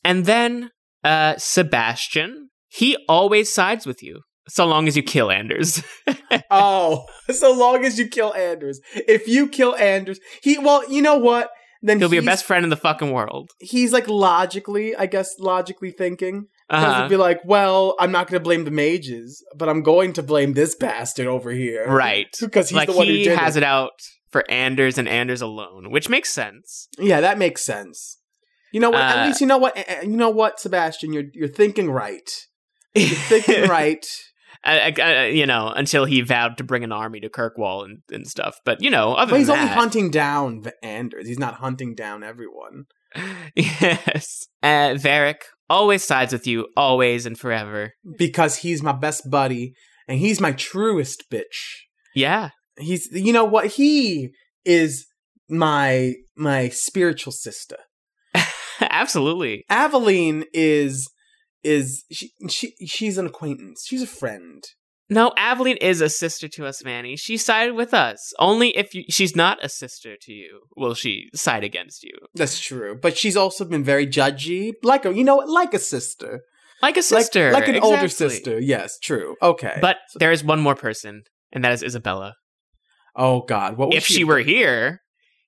[SPEAKER 2] And then uh Sebastian, he always sides with you so long as you kill Anders.
[SPEAKER 1] oh, so long as you kill Anders. If you kill Anders, he well, you know what? Then
[SPEAKER 2] He'll be your
[SPEAKER 1] he's-
[SPEAKER 2] best friend in the fucking world.
[SPEAKER 1] He's like logically, I guess, logically thinking. Because
[SPEAKER 2] Uh-huh.
[SPEAKER 1] it'd be like, well, I'm not going to blame the mages, but I'm going to blame this bastard over here,
[SPEAKER 2] Right.
[SPEAKER 1] Because he's
[SPEAKER 2] like
[SPEAKER 1] the one
[SPEAKER 2] he
[SPEAKER 1] who did
[SPEAKER 2] has
[SPEAKER 1] it.
[SPEAKER 2] it out for Anders and Anders alone, which makes sense.
[SPEAKER 1] Yeah, that makes sense. You know what?
[SPEAKER 2] Uh,
[SPEAKER 1] At least you know what. eh, eh, You know what, Sebastian? You're you're thinking right. You're thinking right.
[SPEAKER 2] I, I- I- you know, until he vowed to bring an army to Kirkwall and, and stuff. But you know, other
[SPEAKER 1] But he's
[SPEAKER 2] than
[SPEAKER 1] only
[SPEAKER 2] that-
[SPEAKER 1] hunting down the Anders. He's not hunting down everyone.
[SPEAKER 2] yes, uh, Varric always sides with you, always and forever.
[SPEAKER 1] because he's my best buddy and he's my truest bitch.
[SPEAKER 2] Yeah.
[SPEAKER 1] He's you know what he is my my spiritual sister.
[SPEAKER 2] Absolutely.
[SPEAKER 1] Aveline is is she, she she's an acquaintance. She's a friend.
[SPEAKER 2] No, Aveline is a sister to us, Manny. She sided with us. Only if you, she's not a sister to you will she side against you.
[SPEAKER 1] That's true. But she's also been very judgy, like a you know what, like a sister.
[SPEAKER 2] Like a sister,
[SPEAKER 1] Like, an older
[SPEAKER 2] exactly.
[SPEAKER 1] sister. Yes, true. Okay.
[SPEAKER 2] But there is one more person, and that is Isabella.
[SPEAKER 1] oh god, what was
[SPEAKER 2] if she, were here,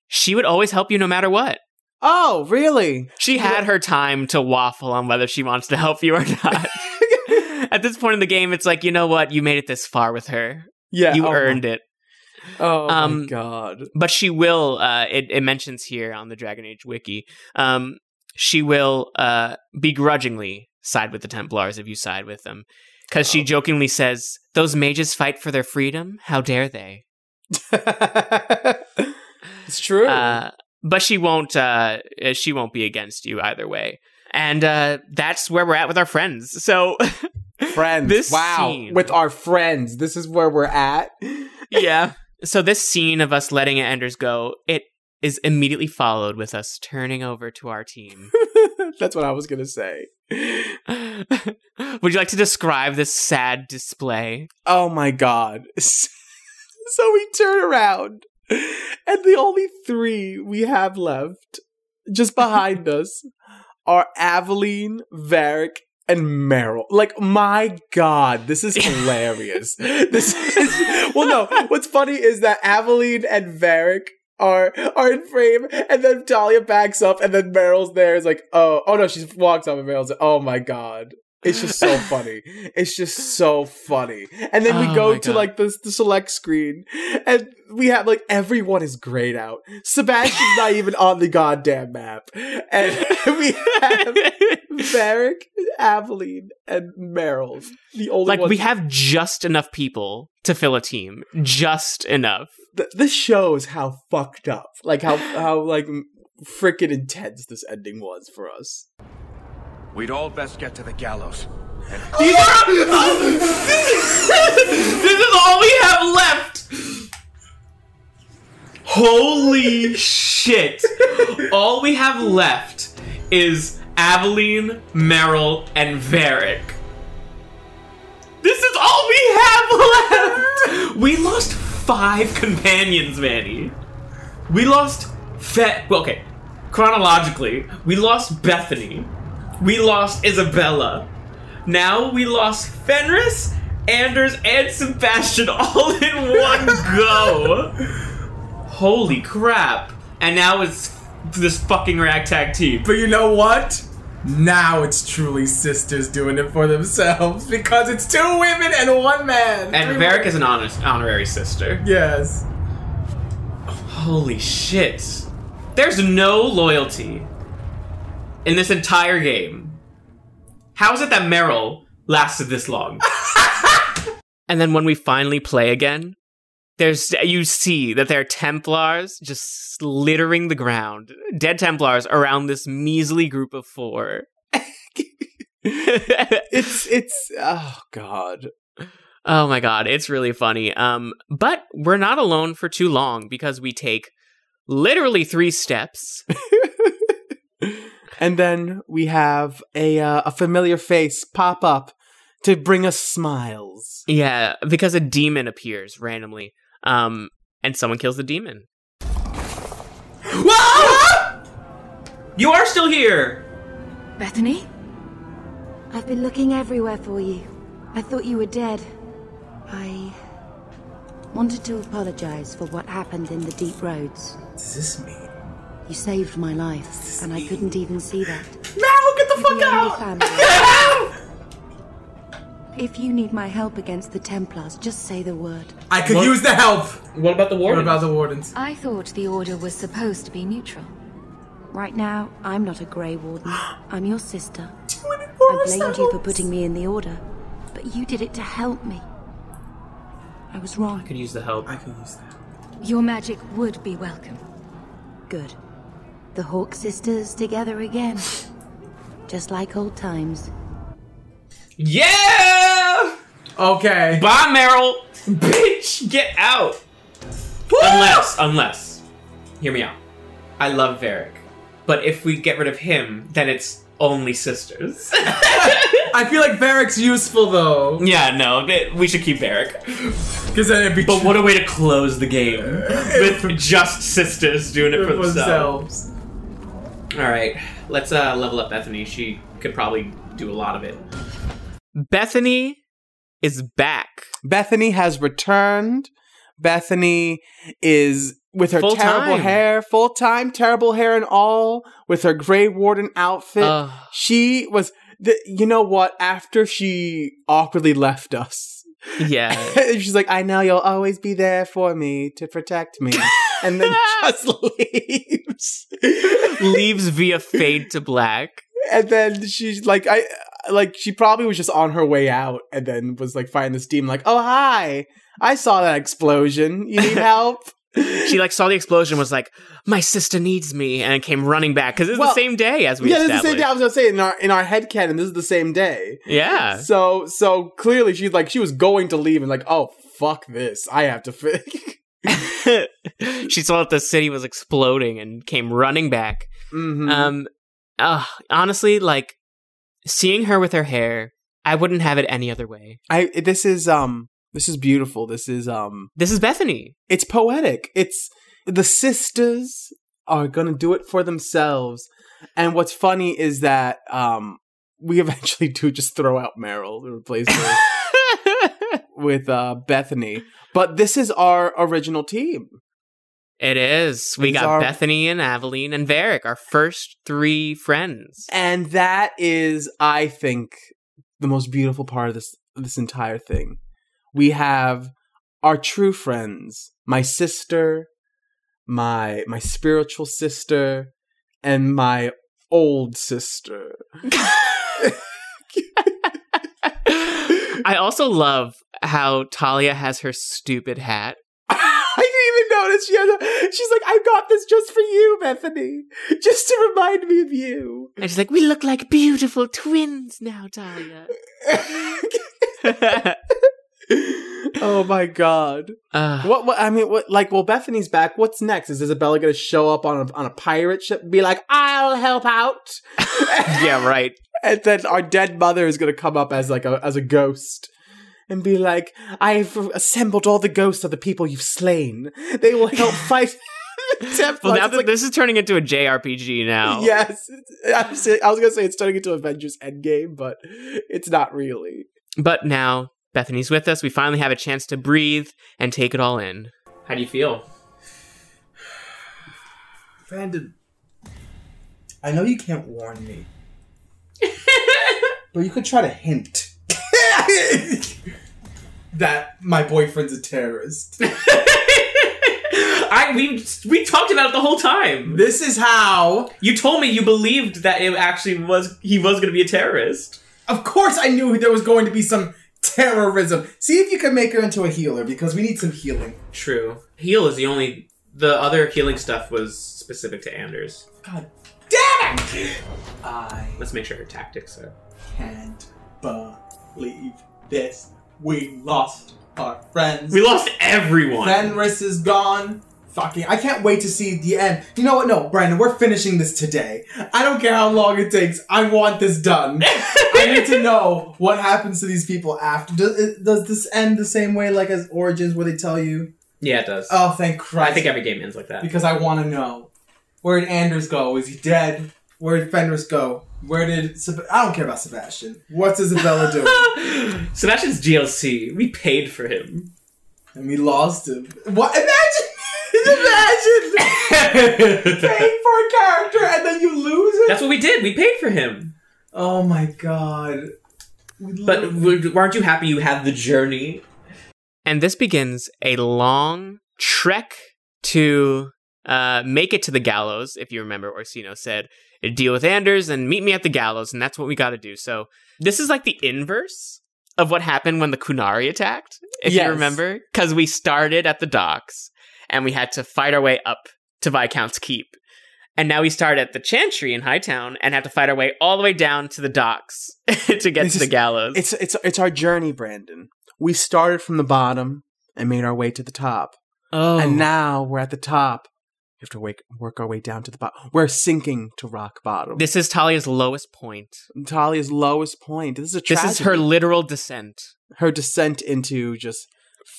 [SPEAKER 2] she would always help you no matter what.
[SPEAKER 1] Oh, really?
[SPEAKER 2] She had her time to waffle on whether she wants to help you or not. At this point in the game, it's like, you know what? You made it this far with her.
[SPEAKER 1] Yeah,
[SPEAKER 2] You
[SPEAKER 1] oh my-
[SPEAKER 2] earned it.
[SPEAKER 1] Oh
[SPEAKER 2] Um,
[SPEAKER 1] my god.
[SPEAKER 2] But she will, uh, it, it mentions here on the Dragon Age wiki, um, she will uh, begrudgingly side with the Templars if you side with them. Because
[SPEAKER 1] Oh.
[SPEAKER 2] she jokingly says, Those mages fight for their freedom? How dare they?
[SPEAKER 1] It's true.
[SPEAKER 2] Uh, but she won't. Uh, she won't be against you either way. And uh, that's where we're at with our friends. So
[SPEAKER 1] friends.
[SPEAKER 2] This
[SPEAKER 1] wow.
[SPEAKER 2] scene-
[SPEAKER 1] With our friends. This is where we're at.
[SPEAKER 2] yeah. So this scene of us letting Enders go, it is immediately followed with us turning over to our team.
[SPEAKER 1] That's what I was going to say.
[SPEAKER 2] Would you like to describe this sad display?
[SPEAKER 1] Oh my god. so we turn around and the only three we have left just behind us are Aveline, Varric, and Meryl. Like my god, this is hilarious. this is Well no, what's funny is that Aveline and Varric are are in frame and then Dahlia backs up and then Meryl's there is like, "Oh, oh no, she walks up and Meryl's like, "Oh my god." It's just so funny. It's just so funny. And then we
[SPEAKER 2] Oh
[SPEAKER 1] go
[SPEAKER 2] my
[SPEAKER 1] to
[SPEAKER 2] God.
[SPEAKER 1] like the, the select screen, and we have like everyone is grayed out. Sebastian's not even on the goddamn map, and we have Varric, Aveline, and Meryl. The only
[SPEAKER 2] Like
[SPEAKER 1] ones-
[SPEAKER 2] we have just enough people to fill a team, just enough.
[SPEAKER 1] Th- this shows how fucked up, like how how like freaking intense this ending was for us.
[SPEAKER 8] We'd all best get to the gallows.
[SPEAKER 3] this is all we have left. Holy shit! all we have left is Aveline, Meryl, and Varric. This is all we have left. We lost five companions, Manny. We lost Fe- well, okay. Chronologically, we lost Bethany. We lost Isabella. Now we lost Fenris, Anders, and Sebastian all in one go. Holy crap. And now it's this fucking ragtag team.
[SPEAKER 11] But you know what?
[SPEAKER 3] Now
[SPEAKER 11] It's truly sisters doing it for themselves because it's two women and one man.
[SPEAKER 3] And
[SPEAKER 11] Three
[SPEAKER 3] Varric is an honest, honorary sister.
[SPEAKER 11] Yes.
[SPEAKER 3] Holy shit. There's no loyalty in this entire game. How is it that Meryl lasted this long?
[SPEAKER 2] And then when we finally play again, there's you see that there are Templars just littering the ground, dead Templars around this measly group of four.
[SPEAKER 1] It's it's oh god.
[SPEAKER 2] Oh my god, it's really funny. Um, but we're not alone for too long because we take literally three steps.
[SPEAKER 1] And then we have a uh, a familiar face pop up to bring us smiles.
[SPEAKER 2] Yeah, because a demon appears randomly, um, and someone kills the demon. You are still here.
[SPEAKER 15] Bethany? I've been looking everywhere for you. I thought you were dead. I wanted to apologize for what happened in the deep roads.
[SPEAKER 11] Does this mean?
[SPEAKER 15] You saved my life, and I couldn't even see that.
[SPEAKER 11] Now get the fuck
[SPEAKER 15] out! if you need my help against the Templars, just say the word.
[SPEAKER 11] I could use the help.
[SPEAKER 3] What about the
[SPEAKER 11] wardens? What about the wardens?
[SPEAKER 15] I thought the Order was supposed to be neutral. Right now, I'm not a Grey Warden. I'm your sister. I blamed you for putting me in the Order, but you did it to help me. I was wrong.
[SPEAKER 3] I could use the help.
[SPEAKER 11] I could use that.
[SPEAKER 15] Your magic would be welcome. Good. The Hawk sisters together again. Just like old times.
[SPEAKER 3] Yeah.
[SPEAKER 11] Okay.
[SPEAKER 3] Bye, Meryl. Bitch, get out. unless, unless, hear me out. I love Varric, but if we get rid of him, then it's only sisters.
[SPEAKER 11] I feel like Varric's useful though.
[SPEAKER 3] yeah, no, it- we should keep Varric.
[SPEAKER 11] Because then it'd be
[SPEAKER 3] But what a way to close the game with just sisters doing it for
[SPEAKER 11] for
[SPEAKER 3] themselves.
[SPEAKER 11] themselves.
[SPEAKER 3] All right, let's uh, level up Bethany. She could probably do a lot of it.
[SPEAKER 2] Bethany is back.
[SPEAKER 1] Bethany has returned. Bethany is with her
[SPEAKER 2] Full
[SPEAKER 1] terrible
[SPEAKER 2] time.
[SPEAKER 1] hair, full time, terrible hair and all, with her Grey Warden outfit.
[SPEAKER 2] Ugh.
[SPEAKER 1] she was, the, you know what? After she awkwardly left us,
[SPEAKER 2] Yeah.
[SPEAKER 1] she's like, "I know you'll always be there for me to protect me," and then just leaves.
[SPEAKER 2] Leaves via fade to black.
[SPEAKER 1] and then she's like i like she probably was just on her way out and then was like finding this demon like oh hi i saw that explosion you need help
[SPEAKER 2] She like saw the explosion, was like, "My sister needs me," and came running back because it's
[SPEAKER 1] Well,
[SPEAKER 2] the same day as we
[SPEAKER 1] yeah this is the
[SPEAKER 2] established.
[SPEAKER 1] same day i was gonna say in our in our head canon this is the same day
[SPEAKER 2] Yeah.
[SPEAKER 1] so so clearly she's like she was going to leave and like oh fuck this i have to fix
[SPEAKER 2] she saw that the city was exploding and came running back.
[SPEAKER 1] Mhm.
[SPEAKER 2] Um, uh, honestly, like seeing her with her hair, I wouldn't have it any other way.
[SPEAKER 1] i this is um this is beautiful this is um
[SPEAKER 2] This is Bethany.
[SPEAKER 1] it's poetic. It's the sisters are gonna do it for themselves. And what's funny is that um we eventually do just throw out Meryl and replace her with uh Bethany. But this is our original team.
[SPEAKER 2] It is. We
[SPEAKER 1] These
[SPEAKER 2] got
[SPEAKER 1] are-
[SPEAKER 2] Bethany and Aveline and Varric, our first three friends.
[SPEAKER 1] And that is, I think, the most beautiful part of this this entire thing. We have our true friends, my sister, my my spiritual sister, and my old sister.
[SPEAKER 2] I also love how Talia has her stupid hat.
[SPEAKER 1] I didn't even notice she had a, she's like, I got this just for you, Bethany. Just to remind me of you.
[SPEAKER 2] And she's like, we look like beautiful twins now, Talia.
[SPEAKER 1] Oh my god.
[SPEAKER 2] Ah.
[SPEAKER 1] What, what I mean, what like well Bethany's back. What's next? Is Isabella gonna show up on a on a pirate ship and be like, I'll help out?
[SPEAKER 2] yeah, right.
[SPEAKER 1] And then our dead mother is gonna come up as like a as a ghost and be like, I've assembled all the ghosts of the people you've slain. They will help fight the Templars.
[SPEAKER 2] Well, now
[SPEAKER 1] It's
[SPEAKER 2] that
[SPEAKER 1] like,
[SPEAKER 2] this is turning into a JRPG now.
[SPEAKER 1] Yes. I was, I was gonna say it's turning into Avengers Endgame, but it's not really.
[SPEAKER 2] But now Bethany's with us. We finally have a chance to breathe and take it all in.
[SPEAKER 3] How do you feel?
[SPEAKER 11] Brandon, I know you can't warn me, but you could try to hint that my boyfriend's a terrorist.
[SPEAKER 3] I we we talked about it the whole time.
[SPEAKER 11] This is how.
[SPEAKER 3] You told me you believed that it actually was he was going to be a terrorist.
[SPEAKER 11] Of course, I knew there was going to be some terrorism. See if you can make her into a healer because we need some healing.
[SPEAKER 3] True. Heal is the only the other healing stuff was specific to Anders.
[SPEAKER 11] God damn it! I
[SPEAKER 3] Let's make sure her tactics are.
[SPEAKER 11] can't believe this. We lost our friends.
[SPEAKER 3] We lost everyone.
[SPEAKER 11] Fenris is gone.
[SPEAKER 16] fucking. I can't wait to see the end. You know what? No, Brandon, we're finishing this today. I don't care how long it takes. I want this done. I need to know what happens to these people after. Does, does this end the same way like as Origins, where they tell you?
[SPEAKER 3] Yeah, it does.
[SPEAKER 16] Oh, thank Christ!
[SPEAKER 3] I think every game ends like that.
[SPEAKER 16] because I want to know where did Anders go? Is he dead? Where did Fenris go? Where did Seb- I don't care about Sebastian. What's Isabella doing?
[SPEAKER 3] Sebastian's DLC. We paid for him.
[SPEAKER 16] And we lost him. What? Imagine, imagine paying for a character and then you lose it.
[SPEAKER 3] That's what we did. We paid for him.
[SPEAKER 16] Oh my god!
[SPEAKER 3] But w- aren't you happy you had the journey?
[SPEAKER 2] And this begins a long trek to uh, make it to the gallows, if you remember. Orsino said, deal with Anders and meet me at the gallows, and that's what we got to do. So this is like the inverse of what happened when the Kunari attacked, if
[SPEAKER 1] Yes.
[SPEAKER 2] you remember, because we started at the docks and we had to fight our way up to Viscount's Keep. And now we start at the Chantry in Hightown and have to fight our way all the way down to the docks to get
[SPEAKER 1] This
[SPEAKER 2] to the
[SPEAKER 1] is-
[SPEAKER 2] gallows.
[SPEAKER 1] It's it's it's our journey, Brandon. We started from the bottom and made our way to the top.
[SPEAKER 2] Oh.
[SPEAKER 1] And now we're at the top. We have to wake, work our way down to the bottom. We're sinking to rock bottom.
[SPEAKER 2] This is Talia's lowest point.
[SPEAKER 1] Talia's lowest point. This is a
[SPEAKER 2] This
[SPEAKER 1] tragedy.
[SPEAKER 2] is her literal descent.
[SPEAKER 1] her descent into just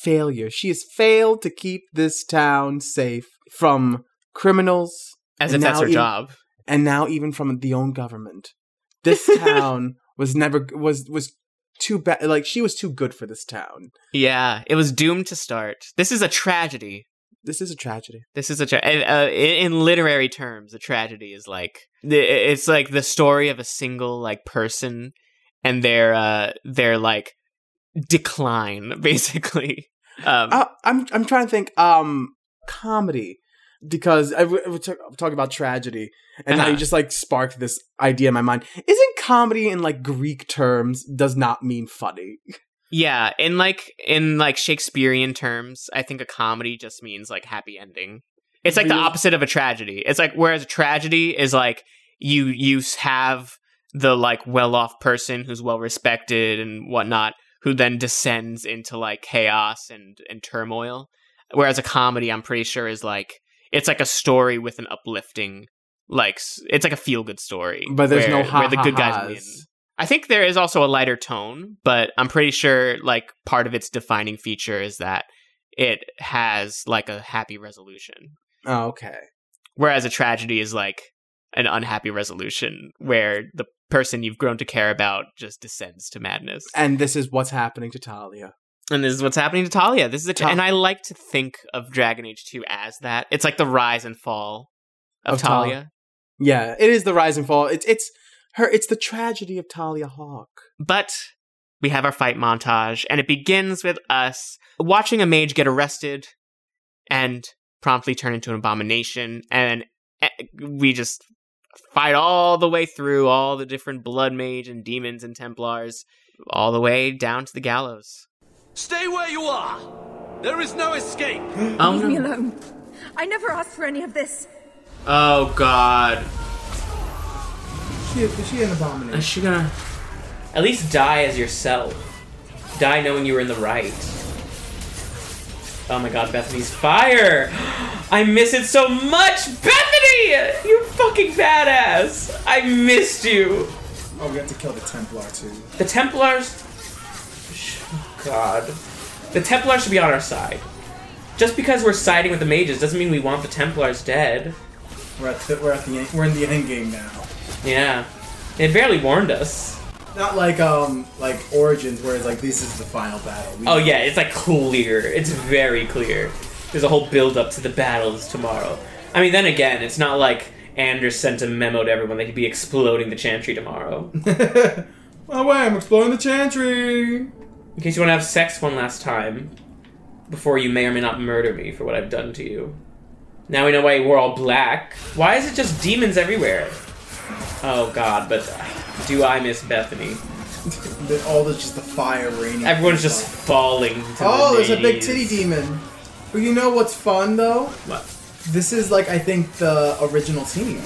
[SPEAKER 1] failure. She has failed to keep this town safe from criminals.
[SPEAKER 2] As
[SPEAKER 1] and
[SPEAKER 2] if that's
[SPEAKER 1] now
[SPEAKER 2] her job.
[SPEAKER 1] And now even from the own government. This town was never was was too bad like she was too good for this town.
[SPEAKER 2] Yeah, it was doomed to start. This is a tragedy.
[SPEAKER 1] This is a tragedy.
[SPEAKER 2] This is a tra- and, uh, in in literary terms, a tragedy is like the- it's like the story of a single like person and their uh their like decline basically. Um
[SPEAKER 1] Uh, I'm I'm trying to think um comedy because I, we, we talk, talk about tragedy and now you
[SPEAKER 2] Uh-huh.
[SPEAKER 1] just like sparked this idea in my mind. Isn't comedy in like Greek terms does not mean funny?
[SPEAKER 2] yeah, in like in like Shakespearean terms, I think a comedy just means like happy ending. It's like the
[SPEAKER 1] Really?
[SPEAKER 2] opposite of a tragedy. It's like whereas a tragedy is like you you s- have the like well off person who's well respected and whatnot, who then descends into like chaos and and turmoil. Whereas a comedy, I'm pretty sure is like it's like a story with an uplifting like s- it's like a feel good story.
[SPEAKER 1] But there's no
[SPEAKER 2] where-
[SPEAKER 1] ha
[SPEAKER 2] where the good guys win. I think there is also a lighter tone, but I'm pretty sure like part of its defining feature is that it has like a happy resolution.
[SPEAKER 1] Oh, okay.
[SPEAKER 2] Whereas a tragedy is like an unhappy resolution where the person you've grown to care about just descends to madness.
[SPEAKER 1] And this is what's happening to Talia.
[SPEAKER 2] And this is what's happening to Talia. This is a
[SPEAKER 1] Ta-
[SPEAKER 2] and I like to think of Dragon Age 2 as that. It's like the rise and fall of,
[SPEAKER 1] Of Tal-
[SPEAKER 2] Talia.
[SPEAKER 1] Yeah, it is the rise and fall. It's it's her it's the tragedy of Talia Hawk.
[SPEAKER 2] But we have our fight montage, and it begins with us watching a mage get arrested and promptly turn into an abomination. And eh, we just fight all the way through all the different blood mage and demons and Templars, all the way down to the gallows.
[SPEAKER 10] Stay where you are. There is no escape.
[SPEAKER 2] Um,
[SPEAKER 15] Leave me alone. I never asked for any of this.
[SPEAKER 2] Oh, God.
[SPEAKER 16] She is she an abomination?
[SPEAKER 3] Is she gonna at least die as yourself? Die knowing you were in the right. Oh my god, Bethany's fire! I miss it so much! Bethany! You fucking badass! I missed you!
[SPEAKER 16] Oh, we have to kill the Templar too.
[SPEAKER 3] The Templars. God. The Templars should be on our side. Just because we're siding with the mages doesn't mean we want the Templars dead.
[SPEAKER 16] We're at the, we're at the end- we're in the end game now.
[SPEAKER 3] Yeah. It barely warned us.
[SPEAKER 16] Not like um like Origins where it's like this is the final battle. We-
[SPEAKER 3] Oh yeah, it's like clear. It's very clear. There's a whole build up to the battles tomorrow. I mean, then again, it's not like Anders sent a memo to everyone that he'd be exploding the Chantry tomorrow.
[SPEAKER 16] Oh wait, I'm exploring the Chantry.
[SPEAKER 3] In case you want to have sex one last time, before you may or may not murder me for what I've done to you. Now we know why we're all black. Why is it just demons everywhere? Oh god, but do I miss Bethany?
[SPEAKER 16] The- all this just the fire raining.
[SPEAKER 3] Everyone's just falling. To
[SPEAKER 16] Oh,
[SPEAKER 3] the
[SPEAKER 16] there's a big
[SPEAKER 3] knees.
[SPEAKER 16] titty demon. But you know what's fun though?
[SPEAKER 3] What?
[SPEAKER 16] This is like I think the original team.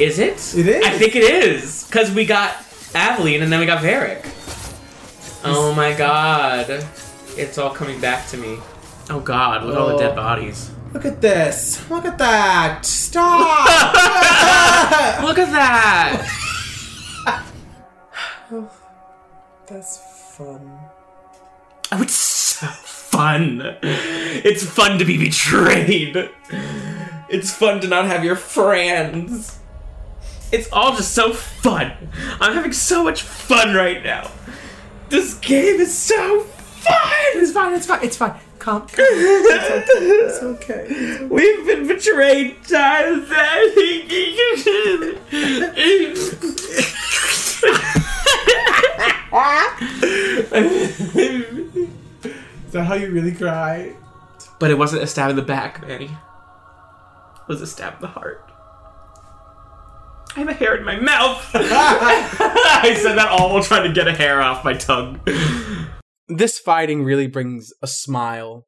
[SPEAKER 3] Is it? It
[SPEAKER 16] is.
[SPEAKER 3] I think it is. Because we got Aveline and then we got Varric. Oh my god. It's all coming back to me. Oh God! Look at all the dead bodies.
[SPEAKER 11] Look at this. Look at that. Stop.
[SPEAKER 3] Look at that.
[SPEAKER 11] That's fun.
[SPEAKER 3] Oh, it's so fun. It's fun to be betrayed. It's fun to not have your friends. It's all just so fun. I'm having so much fun right now. This game is so fun. It's
[SPEAKER 11] fine. It's fine. It's fine. Calm.
[SPEAKER 3] It's
[SPEAKER 11] okay.
[SPEAKER 3] We've been betrayed times.
[SPEAKER 11] Is that how you really cry?
[SPEAKER 3] but it wasn't a stab in the back, Manny. It was a stab in the heart. I have a hair in my mouth. I said that all while trying to get a hair off my tongue.
[SPEAKER 1] This fighting really brings a smile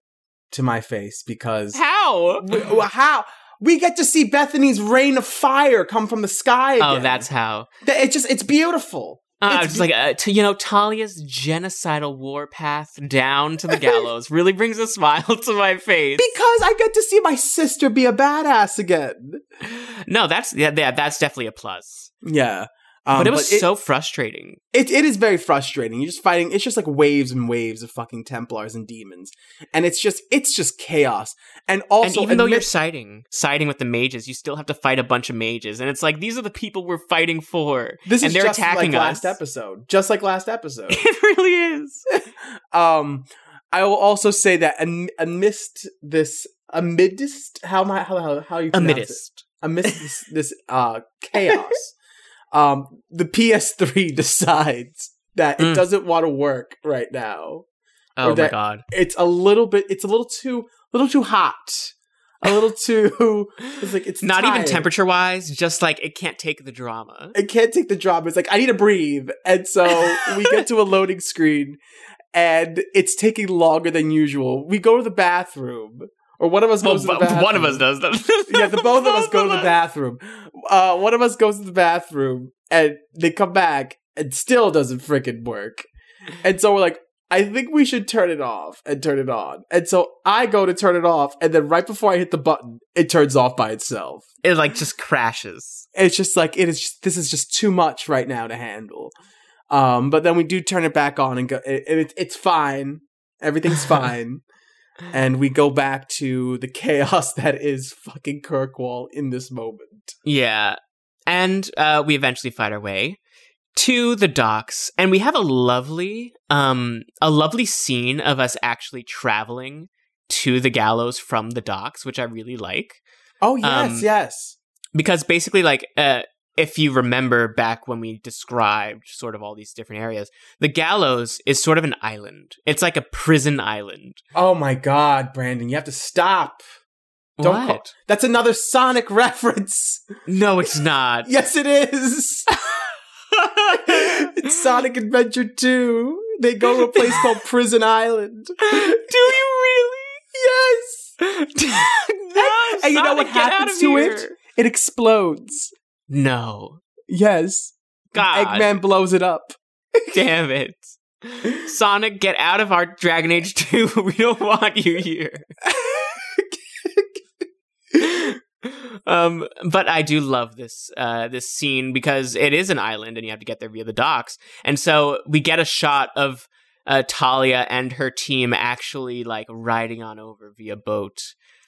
[SPEAKER 1] to my face because
[SPEAKER 2] How?
[SPEAKER 1] Well, how we get to see Bethany's rain of fire come from the sky again.
[SPEAKER 2] Oh, that's how.
[SPEAKER 1] Th- It's just it's beautiful.
[SPEAKER 2] Uh,
[SPEAKER 1] It's
[SPEAKER 2] it's just like uh, to, you know, Talia's genocidal war path down to the gallows really brings a smile to my face.
[SPEAKER 1] because I get to see my sister be a badass again.
[SPEAKER 2] No, that's yeah, yeah that's definitely a plus.
[SPEAKER 1] Yeah. Um,
[SPEAKER 2] but it was so frustrating.
[SPEAKER 1] it, it is very frustrating. You're just fighting. It's just like waves and waves of fucking Templars and demons, and it's just it's just chaos. And also,
[SPEAKER 2] and even though you're
[SPEAKER 1] amidst-
[SPEAKER 2] siding, siding with the mages, you still have to fight a bunch of mages, and it's like these are the people we're fighting for,
[SPEAKER 1] this
[SPEAKER 2] and
[SPEAKER 1] is
[SPEAKER 2] they're
[SPEAKER 1] just
[SPEAKER 2] attacking
[SPEAKER 1] like
[SPEAKER 2] us.
[SPEAKER 1] last episode, just like last episode.
[SPEAKER 2] it really is.
[SPEAKER 1] um, I will also say that am- amidst this, amidst how my how how, how you pronounce
[SPEAKER 2] Amidst.
[SPEAKER 1] it? amidst this, this uh chaos, um, the PS3 decides that it
[SPEAKER 2] Mm.
[SPEAKER 1] doesn't want to work right now.
[SPEAKER 2] Oh
[SPEAKER 1] Or
[SPEAKER 2] my
[SPEAKER 1] that-
[SPEAKER 2] god.
[SPEAKER 1] it's a little bit it's a little too little too hot a little too it's like it's
[SPEAKER 2] Not even
[SPEAKER 1] tired.
[SPEAKER 2] temperature wise, just like it can't take the drama.
[SPEAKER 1] it can't take the drama it's like i need to breathe and so we get to a loading screen and it's taking longer than usual we go to the bathroom or one of us
[SPEAKER 2] Well,
[SPEAKER 1] goes to the
[SPEAKER 2] bu-
[SPEAKER 1] bathroom.
[SPEAKER 2] one of us does them.
[SPEAKER 1] yeah the both of us go to the bathroom uh one of us goes to the bathroom and they come back and still doesn't freaking work And so we're like, I think we should turn it off and turn it on. And so I go to turn it off, and then right before I hit the button, it turns off by itself.
[SPEAKER 2] It like just crashes.
[SPEAKER 1] It's just like it is. Just, this is just too much right now to handle. Um, but then we do turn it back on and go. It, it, it's fine. Everything's fine. And we go back to the chaos that is fucking Kirkwall in this moment.
[SPEAKER 2] Yeah. And uh, we eventually fight our way to the docks and we have a lovely um a lovely scene of us actually traveling to the gallows from the docks, which I really like.
[SPEAKER 1] Oh yes,
[SPEAKER 2] Um,
[SPEAKER 1] yes.
[SPEAKER 2] because basically like uh if you remember back when we described sort of all these different areas, the gallows is sort of an island. It's like a prison island.
[SPEAKER 1] Oh my god, Brandon, you have to stop. Don't call-
[SPEAKER 2] What?
[SPEAKER 1] That's another Sonic reference.
[SPEAKER 2] No, it's not.
[SPEAKER 1] Yes, it is. it's Sonic Adventure 2. They go to a place called Prison Island.
[SPEAKER 2] Do you
[SPEAKER 1] Yes.
[SPEAKER 2] really? no,
[SPEAKER 1] and you know
[SPEAKER 2] Sonic,
[SPEAKER 1] what
[SPEAKER 2] get out
[SPEAKER 1] happens
[SPEAKER 2] of
[SPEAKER 1] to
[SPEAKER 2] here.
[SPEAKER 1] it? It explodes.
[SPEAKER 2] No.
[SPEAKER 1] Yes.
[SPEAKER 2] God.
[SPEAKER 1] Eggman blows it up.
[SPEAKER 2] Damn it. Sonic, get out of our Dragon Age 2. We don't want you here. um, but I do love this uh, this scene because it is an island and you have to get there via the docks. And so we get a shot of uh, Talia and her team actually like riding on over via boat.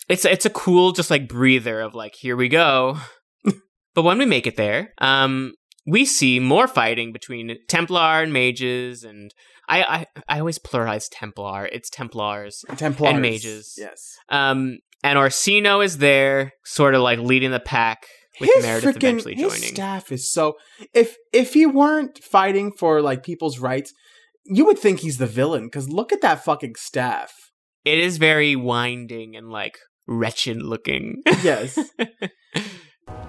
[SPEAKER 2] It's it's a cool just like breather of like here we go. but when we make it there, um, we see more fighting between Templar and mages, and I I, I always pluralize Templar. It's Templars.
[SPEAKER 1] Templars.
[SPEAKER 2] And mages.
[SPEAKER 1] Yes.
[SPEAKER 2] Um, and Orsino is there, sort of like leading the pack with
[SPEAKER 1] his freaking
[SPEAKER 2] Meredith eventually
[SPEAKER 1] his
[SPEAKER 2] joining.
[SPEAKER 1] staff is so. If if he weren't fighting for like people's rights, you would think he's the villain. Because look at that fucking staff.
[SPEAKER 2] it is very winding and like wretched looking.
[SPEAKER 1] Yes.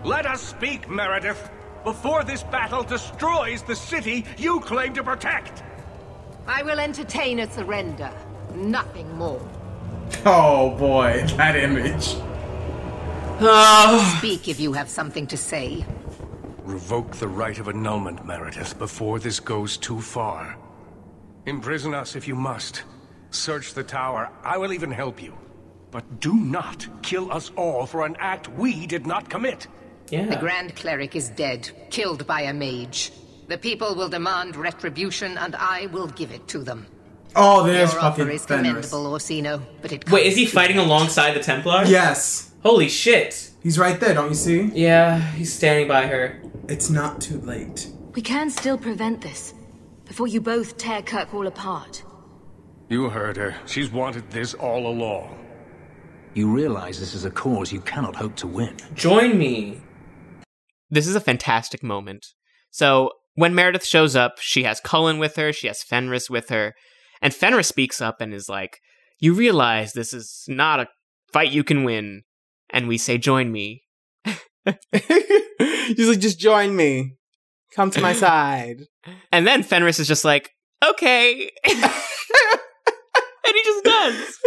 [SPEAKER 8] Let us speak, Meredith, before this battle destroys the city you claim to protect.
[SPEAKER 7] I will entertain a surrender, nothing more.
[SPEAKER 11] Oh boy, that image.
[SPEAKER 7] Speak if you have something to say.
[SPEAKER 8] Revoke the right of annulment, Meredith, before this goes too far. Imprison us if you must, Search the tower. I will even help you. But do not kill us all for an act we did not commit.
[SPEAKER 7] The Grand Cleric is dead, killed by a mage. The people will demand retribution, and I will give it to them.
[SPEAKER 11] Oh, there's
[SPEAKER 7] Your
[SPEAKER 11] fucking
[SPEAKER 7] offer is
[SPEAKER 11] Fenris.
[SPEAKER 7] commendable, Orsino, but it
[SPEAKER 17] Wait, is he fighting alongside the Templar?
[SPEAKER 11] Yes.
[SPEAKER 17] Holy shit.
[SPEAKER 11] He's right there, don't you see?
[SPEAKER 17] Yeah, he's standing by her.
[SPEAKER 11] It's not too late.
[SPEAKER 15] We can still prevent this before you both tear Kirkwall apart.
[SPEAKER 8] You heard her. She's wanted this all along.
[SPEAKER 12] You realize this is a cause you cannot hope to win.
[SPEAKER 17] Join me.
[SPEAKER 2] This is a fantastic moment. So when Meredith shows up, she has Cullen with her, she has Fenris with her, and Fenris speaks up and is like, You realize this is not a fight you can win. And we say, Join me.
[SPEAKER 1] He's like, just join me. Come to my side.
[SPEAKER 2] And then Fenris is just like, Okay. and he just does.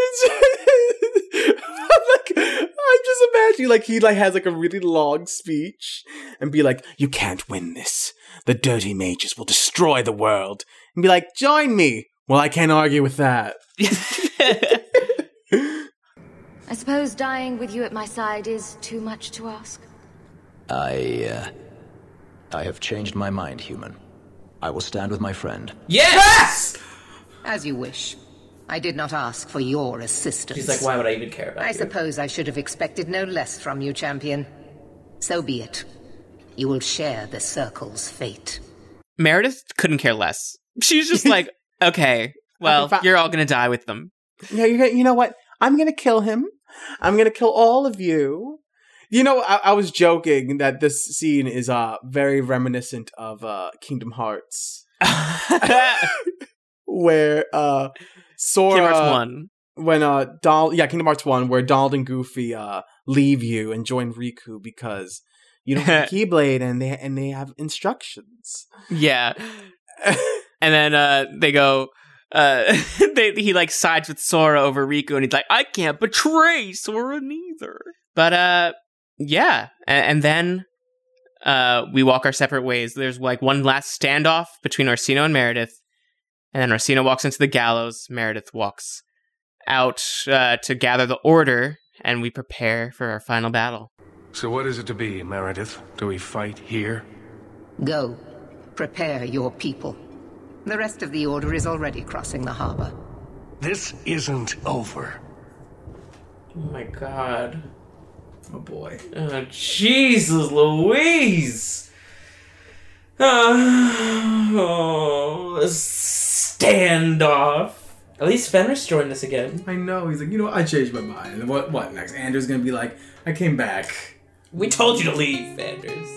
[SPEAKER 1] I'm like, I'm just imagining like he like has like a really long speech and be like, "You can't win this. The dirty mages will destroy the world." And be like, "Join me." Well, I can't argue with that.
[SPEAKER 15] I suppose dying with you at my side is too much to ask.
[SPEAKER 12] I, uh, I have changed my mind, human. I will stand with my friend.
[SPEAKER 17] Yes!
[SPEAKER 7] As you wish. I did not ask for your assistance.
[SPEAKER 17] She's like, why would I even care about
[SPEAKER 7] I
[SPEAKER 17] you?
[SPEAKER 7] suppose I should have expected no less from you, champion. So be it. You will share the circle's fate.
[SPEAKER 2] Meredith couldn't care less. She's just like, Okay, well,
[SPEAKER 1] fi-
[SPEAKER 2] you're all going to die with them.
[SPEAKER 1] Yeah, you you know what? I'm gonna kill him. I'm gonna kill all of you. You know, I, I was joking that this scene is uh very reminiscent of uh Kingdom Hearts, where uh Sora
[SPEAKER 2] Kingdom Hearts 1.
[SPEAKER 1] when uh Donald yeah Kingdom Hearts one where Donald and Goofy uh leave you and join Riku because you don't have the Keyblade and they and they have instructions.
[SPEAKER 2] Yeah. and then uh, they go. Uh, they, he like sides with Sora over Riku, and he's like, "I can't betray Sora neither." But uh, yeah. And, and then uh, we walk our separate ways. There's like one last standoff between Orsino and Meredith, and then Orsino walks into the gallows. Meredith walks out uh, to gather the order, and we prepare for our final battle.
[SPEAKER 8] So, what is it to be, Meredith? Do we fight here?
[SPEAKER 7] Go. Prepare your people. The rest of the Order is already crossing the harbor.
[SPEAKER 8] This isn't over.
[SPEAKER 17] Oh my god. Oh boy. Oh, Jesus Louise! Uh, Oh, standoff. At least Fenris joined us again.
[SPEAKER 11] I know. He's like, you know, what? I changed my mind. What? What next? Andrew's gonna be like, I came back.
[SPEAKER 17] We told you to leave, Fenris.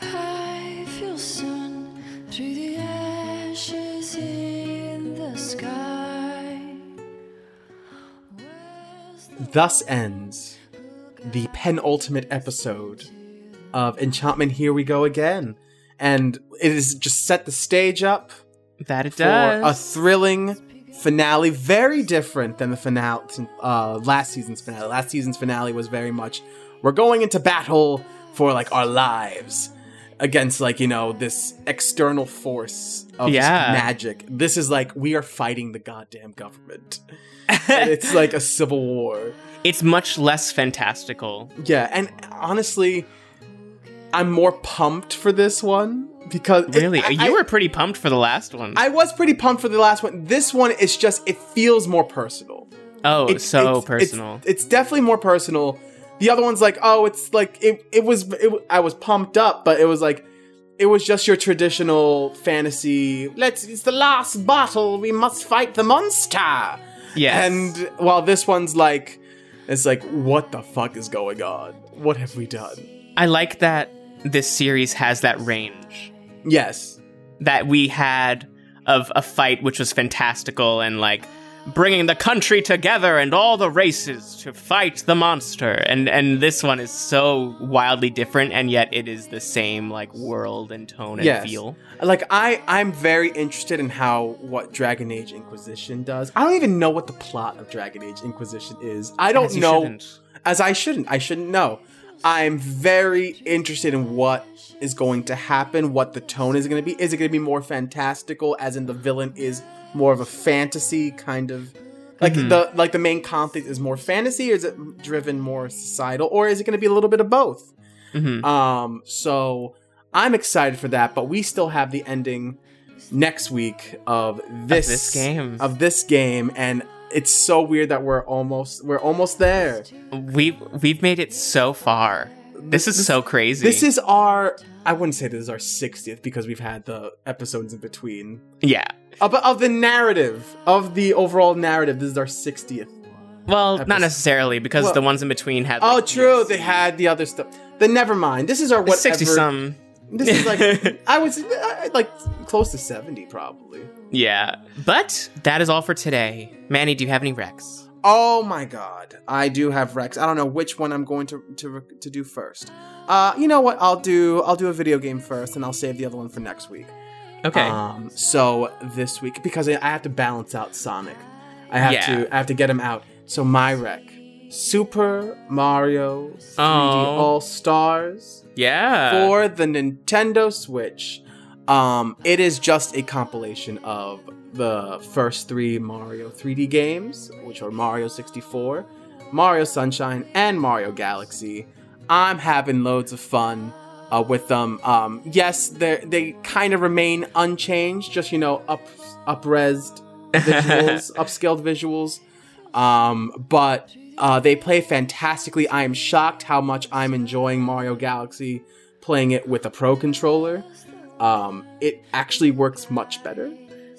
[SPEAKER 18] I feel sun through the ashes in the sky.
[SPEAKER 1] Thus ends the penultimate episode of Enchantment. Here we go again, and it is just set the stage up
[SPEAKER 2] that it
[SPEAKER 1] for
[SPEAKER 2] does.
[SPEAKER 1] a thrilling finale, very different than the finale uh, last season's finale. Last season's finale was very much we're going into battle for like our lives against like you know this external force of just
[SPEAKER 2] Yeah.
[SPEAKER 1] magic. This is like we are fighting the goddamn government. And it's like a civil war.
[SPEAKER 2] It's much less fantastical.
[SPEAKER 1] Yeah, and honestly, I'm more pumped for this one because it-
[SPEAKER 2] Really,
[SPEAKER 1] I-
[SPEAKER 2] you
[SPEAKER 1] I-
[SPEAKER 2] were pretty pumped for the last one.
[SPEAKER 1] I was pretty pumped for the last one. This one is just it feels more personal.
[SPEAKER 2] oh,
[SPEAKER 1] It's
[SPEAKER 2] so personal.
[SPEAKER 1] It's, definitely more personal. The other one's like, oh, it's like it. It was. It, I was pumped up, but it was like, it was just your traditional fantasy. Let's. It's the last battle. We must fight the monster.
[SPEAKER 2] Yes.
[SPEAKER 1] And while this one's like, it's like, what the fuck is going on? What have we done?
[SPEAKER 2] I like that this series has that range.
[SPEAKER 1] Yes.
[SPEAKER 2] That we had of a fight which was fantastical and like bringing the country together and all the races to fight the monster and and this one is so wildly different and yet it is the same like world and tone and
[SPEAKER 1] Yes.
[SPEAKER 2] feel
[SPEAKER 1] Like I, I'm very interested in how what Dragon Age Inquisition does. I don't even know what the plot of Dragon Age Inquisition is. I don't
[SPEAKER 2] As you
[SPEAKER 1] know.
[SPEAKER 2] shouldn't.
[SPEAKER 1] As I shouldn't. I shouldn't know. I'm very interested in what is going to happen, what the tone is going to be. Is it going to be more fantastical, as in the villain is more of a fantasy kind of, like
[SPEAKER 2] Mhm.
[SPEAKER 1] the like the main conflict is more fantasy, or is it driven more societal, or is it going to be a little bit of both?
[SPEAKER 2] Mhm.
[SPEAKER 1] Um, so I'm excited for that, but we still have the ending next week of this,
[SPEAKER 2] this game.
[SPEAKER 1] of this game, and it's so weird that we're almost we're almost there.
[SPEAKER 2] We we've made it so far. This is so crazy.
[SPEAKER 1] This is our I wouldn't say this is our 60th because we've had the episodes in between.
[SPEAKER 2] yeah.
[SPEAKER 1] Of, of the narrative, of the overall narrative, this is our 60th.
[SPEAKER 2] Well, not necessarily because
[SPEAKER 1] Well-
[SPEAKER 2] the ones in between had.
[SPEAKER 1] oh, true, they had the other stuff. Then never mind. This is our whatever.
[SPEAKER 2] 60 some.
[SPEAKER 1] This is like I was I- uh, like close to 70 probably.
[SPEAKER 2] Yeah. But that is all for today. Manny, do you have any recs?
[SPEAKER 1] Oh my god. I do have Rex. I don't know which one I'm going to to to do first. Uh, you know what? I'll do I'll do a video game first and I'll save the other one for next week.
[SPEAKER 2] Okay.
[SPEAKER 1] Um, so this week, because I I have to balance out Sonic, I have
[SPEAKER 2] Yeah.
[SPEAKER 1] to I have to get him out. So my rec, Super Mario 3D
[SPEAKER 2] Oh.
[SPEAKER 1] All Stars
[SPEAKER 2] Yeah.
[SPEAKER 1] for the Nintendo Switch. Um, it is just a compilation of the first three Mario 3D games, which are Mario 64, Mario Sunshine, and Mario Galaxy. I'm having loads of fun uh, with them. Um, yes, they they kind of remain unchanged, just you know, up upresed visuals, upscaled visuals. Um, but uh, they play fantastically. I am shocked how much I'm enjoying Mario Galaxy playing it with a pro controller. Um, it actually works much better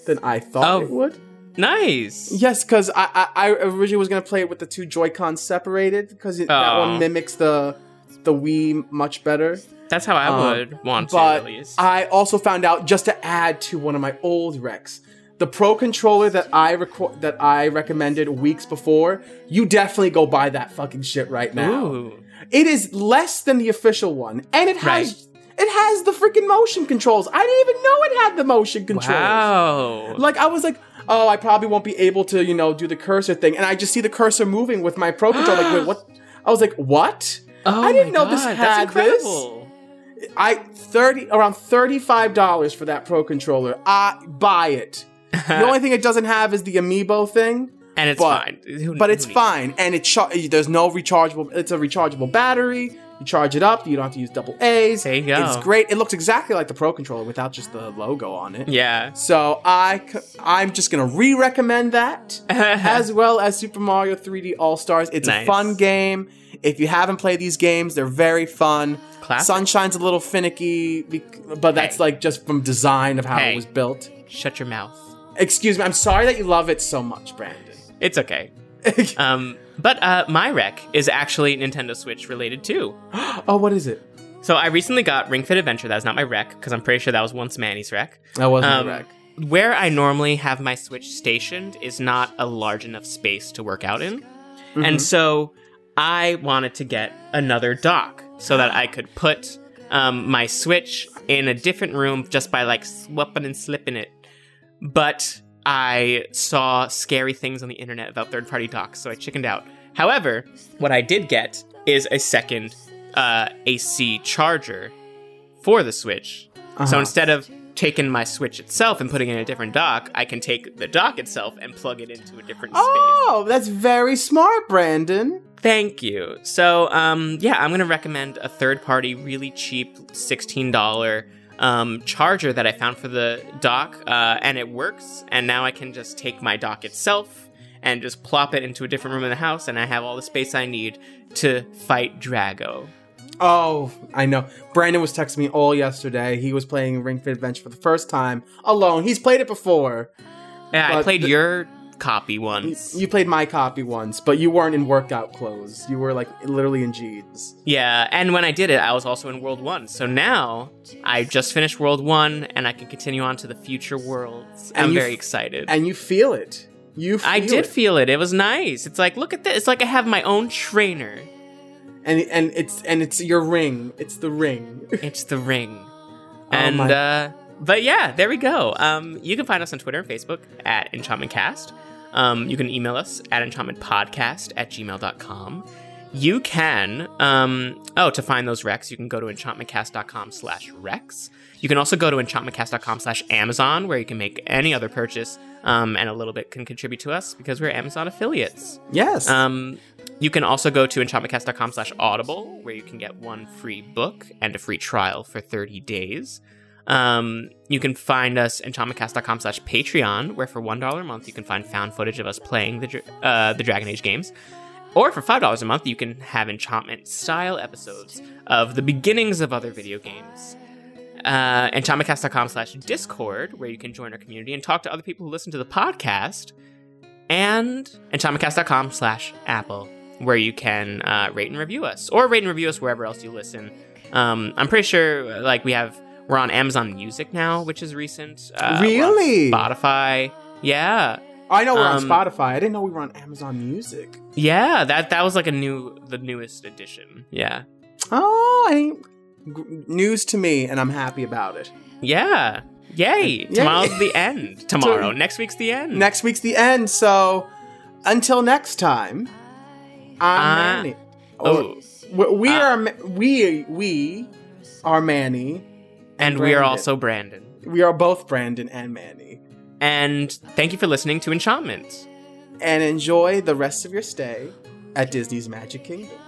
[SPEAKER 1] than I thought
[SPEAKER 2] Oh.
[SPEAKER 1] it would.
[SPEAKER 2] Nice.
[SPEAKER 1] Yes, because I, I I originally was gonna play it with the two Joy Cons separated because it that
[SPEAKER 2] Aw.
[SPEAKER 1] one mimics the the Wii much better.
[SPEAKER 2] That's how I
[SPEAKER 1] Um,
[SPEAKER 2] would want to,
[SPEAKER 1] but
[SPEAKER 2] at least.
[SPEAKER 1] I also found out just to add to one of my old recs, the Pro controller that I record that I recommended weeks before. You definitely go buy that fucking shit right now.
[SPEAKER 2] Ooh.
[SPEAKER 1] It is less than the official one, and it has it has the freaking motion controls. I didn't even know it had the motion controls.
[SPEAKER 2] Wow.
[SPEAKER 1] Like I was like, oh, I probably won't be able to, you know, do the cursor thing, and I just see the cursor moving with my pro controller. like, wait, what? I was like, what?
[SPEAKER 2] Oh
[SPEAKER 1] I didn't
[SPEAKER 2] my
[SPEAKER 1] know this
[SPEAKER 2] God,
[SPEAKER 1] had
[SPEAKER 2] that's
[SPEAKER 1] this.
[SPEAKER 2] incredible.
[SPEAKER 1] I thirty around thirty five dollars for that pro controller. I buy it. the only thing it doesn't have is the amiibo thing,
[SPEAKER 2] And it's
[SPEAKER 1] but,
[SPEAKER 2] fine. Who-
[SPEAKER 1] but it's
[SPEAKER 2] who needs-
[SPEAKER 1] fine, and it char- there's no rechargeable. It's a rechargeable battery. You charge it up. You don't have to use double A's.
[SPEAKER 2] There you go.
[SPEAKER 1] It's great. It looks exactly like the pro controller without just the logo on it.
[SPEAKER 2] Yeah.
[SPEAKER 1] So I c- I'm just gonna re-recommend that as well as Super Mario 3D All Stars. It's
[SPEAKER 2] Nice.
[SPEAKER 1] a fun game. If you haven't played these games, they're very fun. Sunshine's a little finicky, bec- but that's like just from design of how
[SPEAKER 2] Hey.
[SPEAKER 1] it was built.
[SPEAKER 2] Shut your mouth.
[SPEAKER 1] Excuse me. I'm sorry that you love it so much, Brandon.
[SPEAKER 2] It's okay. um, but uh, my rec is actually Nintendo Switch related too.
[SPEAKER 1] Oh, what is it?
[SPEAKER 2] So I recently got Ring Fit Adventure. That's not my rec because I'm pretty sure that was once Manny's rec. Um,
[SPEAKER 1] That was my rec.
[SPEAKER 2] Where I normally have my Switch stationed is not a large enough space to work out in,
[SPEAKER 1] Mm-hmm.
[SPEAKER 17] Mhm.
[SPEAKER 2] and so I wanted to get another dock so that I could put um, my Switch in a different room just by like swapping and slipping it. But I saw scary things on the internet about third party docks, so I chickened out. However, what I did get is a second uh, AC charger for the Switch.
[SPEAKER 17] Uh-huh.
[SPEAKER 2] So instead of taking my Switch itself and putting it in a different dock, I can take the dock itself and plug it into a different
[SPEAKER 1] Oh, that's very smart, Brandon.
[SPEAKER 2] Thank you. So, um, yeah, I'm gonna recommend a third party, really cheap, sixteen dollar um, charger that I found for the dock, uh, and it works. And now I can just take my dock itself and just plop it into a different room in the house, and I have all the space I need to fight Drago.
[SPEAKER 1] Oh, I know. Brandon was texting me all yesterday. He was playing Ring Fit Adventure for the first time alone. He's played it before.
[SPEAKER 2] Yeah, I
[SPEAKER 1] But
[SPEAKER 2] played
[SPEAKER 1] the-
[SPEAKER 2] your copy once.
[SPEAKER 1] You played my copy once, but you weren't in workout clothes. You were like literally in jeans.
[SPEAKER 2] Yeah, and when I did it, I was also in World One. So now I just finished World One, and I can continue on to the future worlds.
[SPEAKER 1] And
[SPEAKER 2] I'm
[SPEAKER 1] you
[SPEAKER 2] very
[SPEAKER 1] f-
[SPEAKER 2] excited.
[SPEAKER 1] And you feel it. You feel
[SPEAKER 2] I did
[SPEAKER 1] it.
[SPEAKER 2] feel it. It was nice. It's like, look at this. It's like I have my own trainer.
[SPEAKER 1] and and it's and it's your ring. It's the ring.
[SPEAKER 2] It's the ring.
[SPEAKER 1] Oh
[SPEAKER 2] And
[SPEAKER 1] my-
[SPEAKER 2] uh but yeah, there we go. Um you can find us on Twitter and Facebook at Enchantment Cast. Um you can email us at enchantmentpodcast at gmail.com. you can um oh to find those recs you can go to enchantmentcast.com slash recs you can also go to enchantmentcast.com slash amazon where you can make any other purchase um, and a little bit can contribute to us because we're amazon affiliates
[SPEAKER 1] Yes.
[SPEAKER 2] um you can also go to enchantmentcast.com slash audible where you can get one free book and a free trial for 30 days um, you can find us enchantmentcast.com slash patreon where for $1 a month you can find found footage of us playing the, dr- uh, the dragon age games or for $5 a month, you can have enchantment style episodes of the beginnings of other video games. Uh, enchantmentcast.com slash discord, where you can join our community and talk to other people who listen to the podcast. And enchantmentcast.com slash apple, where you can uh, rate and review us, or rate and review us wherever else you listen. Um, I'm pretty sure, like, we have, we're on Amazon Music now, which is recent. Uh, we're on
[SPEAKER 1] Really?
[SPEAKER 2] Spotify. Yeah.
[SPEAKER 1] I know we're on
[SPEAKER 2] Um,
[SPEAKER 1] Spotify. I didn't know we were on Amazon Music.
[SPEAKER 2] Yeah, that that was like a new the newest edition. Yeah.
[SPEAKER 1] Oh, I mean, g- news to me, and I'm happy about it.
[SPEAKER 2] Yeah. Yay. Tomorrow's the end. Tomorrow.
[SPEAKER 1] So-
[SPEAKER 2] Next week's the end.
[SPEAKER 1] Next week's the end, so until next time, I'm
[SPEAKER 2] Uh,
[SPEAKER 1] Manny.
[SPEAKER 2] oh.
[SPEAKER 1] we, we are Ma- we we are Manny,
[SPEAKER 2] and we are
[SPEAKER 1] Brandon.
[SPEAKER 2] also Brandon.
[SPEAKER 1] We are both Brandon and Manny,
[SPEAKER 2] and thank you for listening to Enchantment.
[SPEAKER 1] And enjoy the rest of your stay at Disney's Magic Kingdom.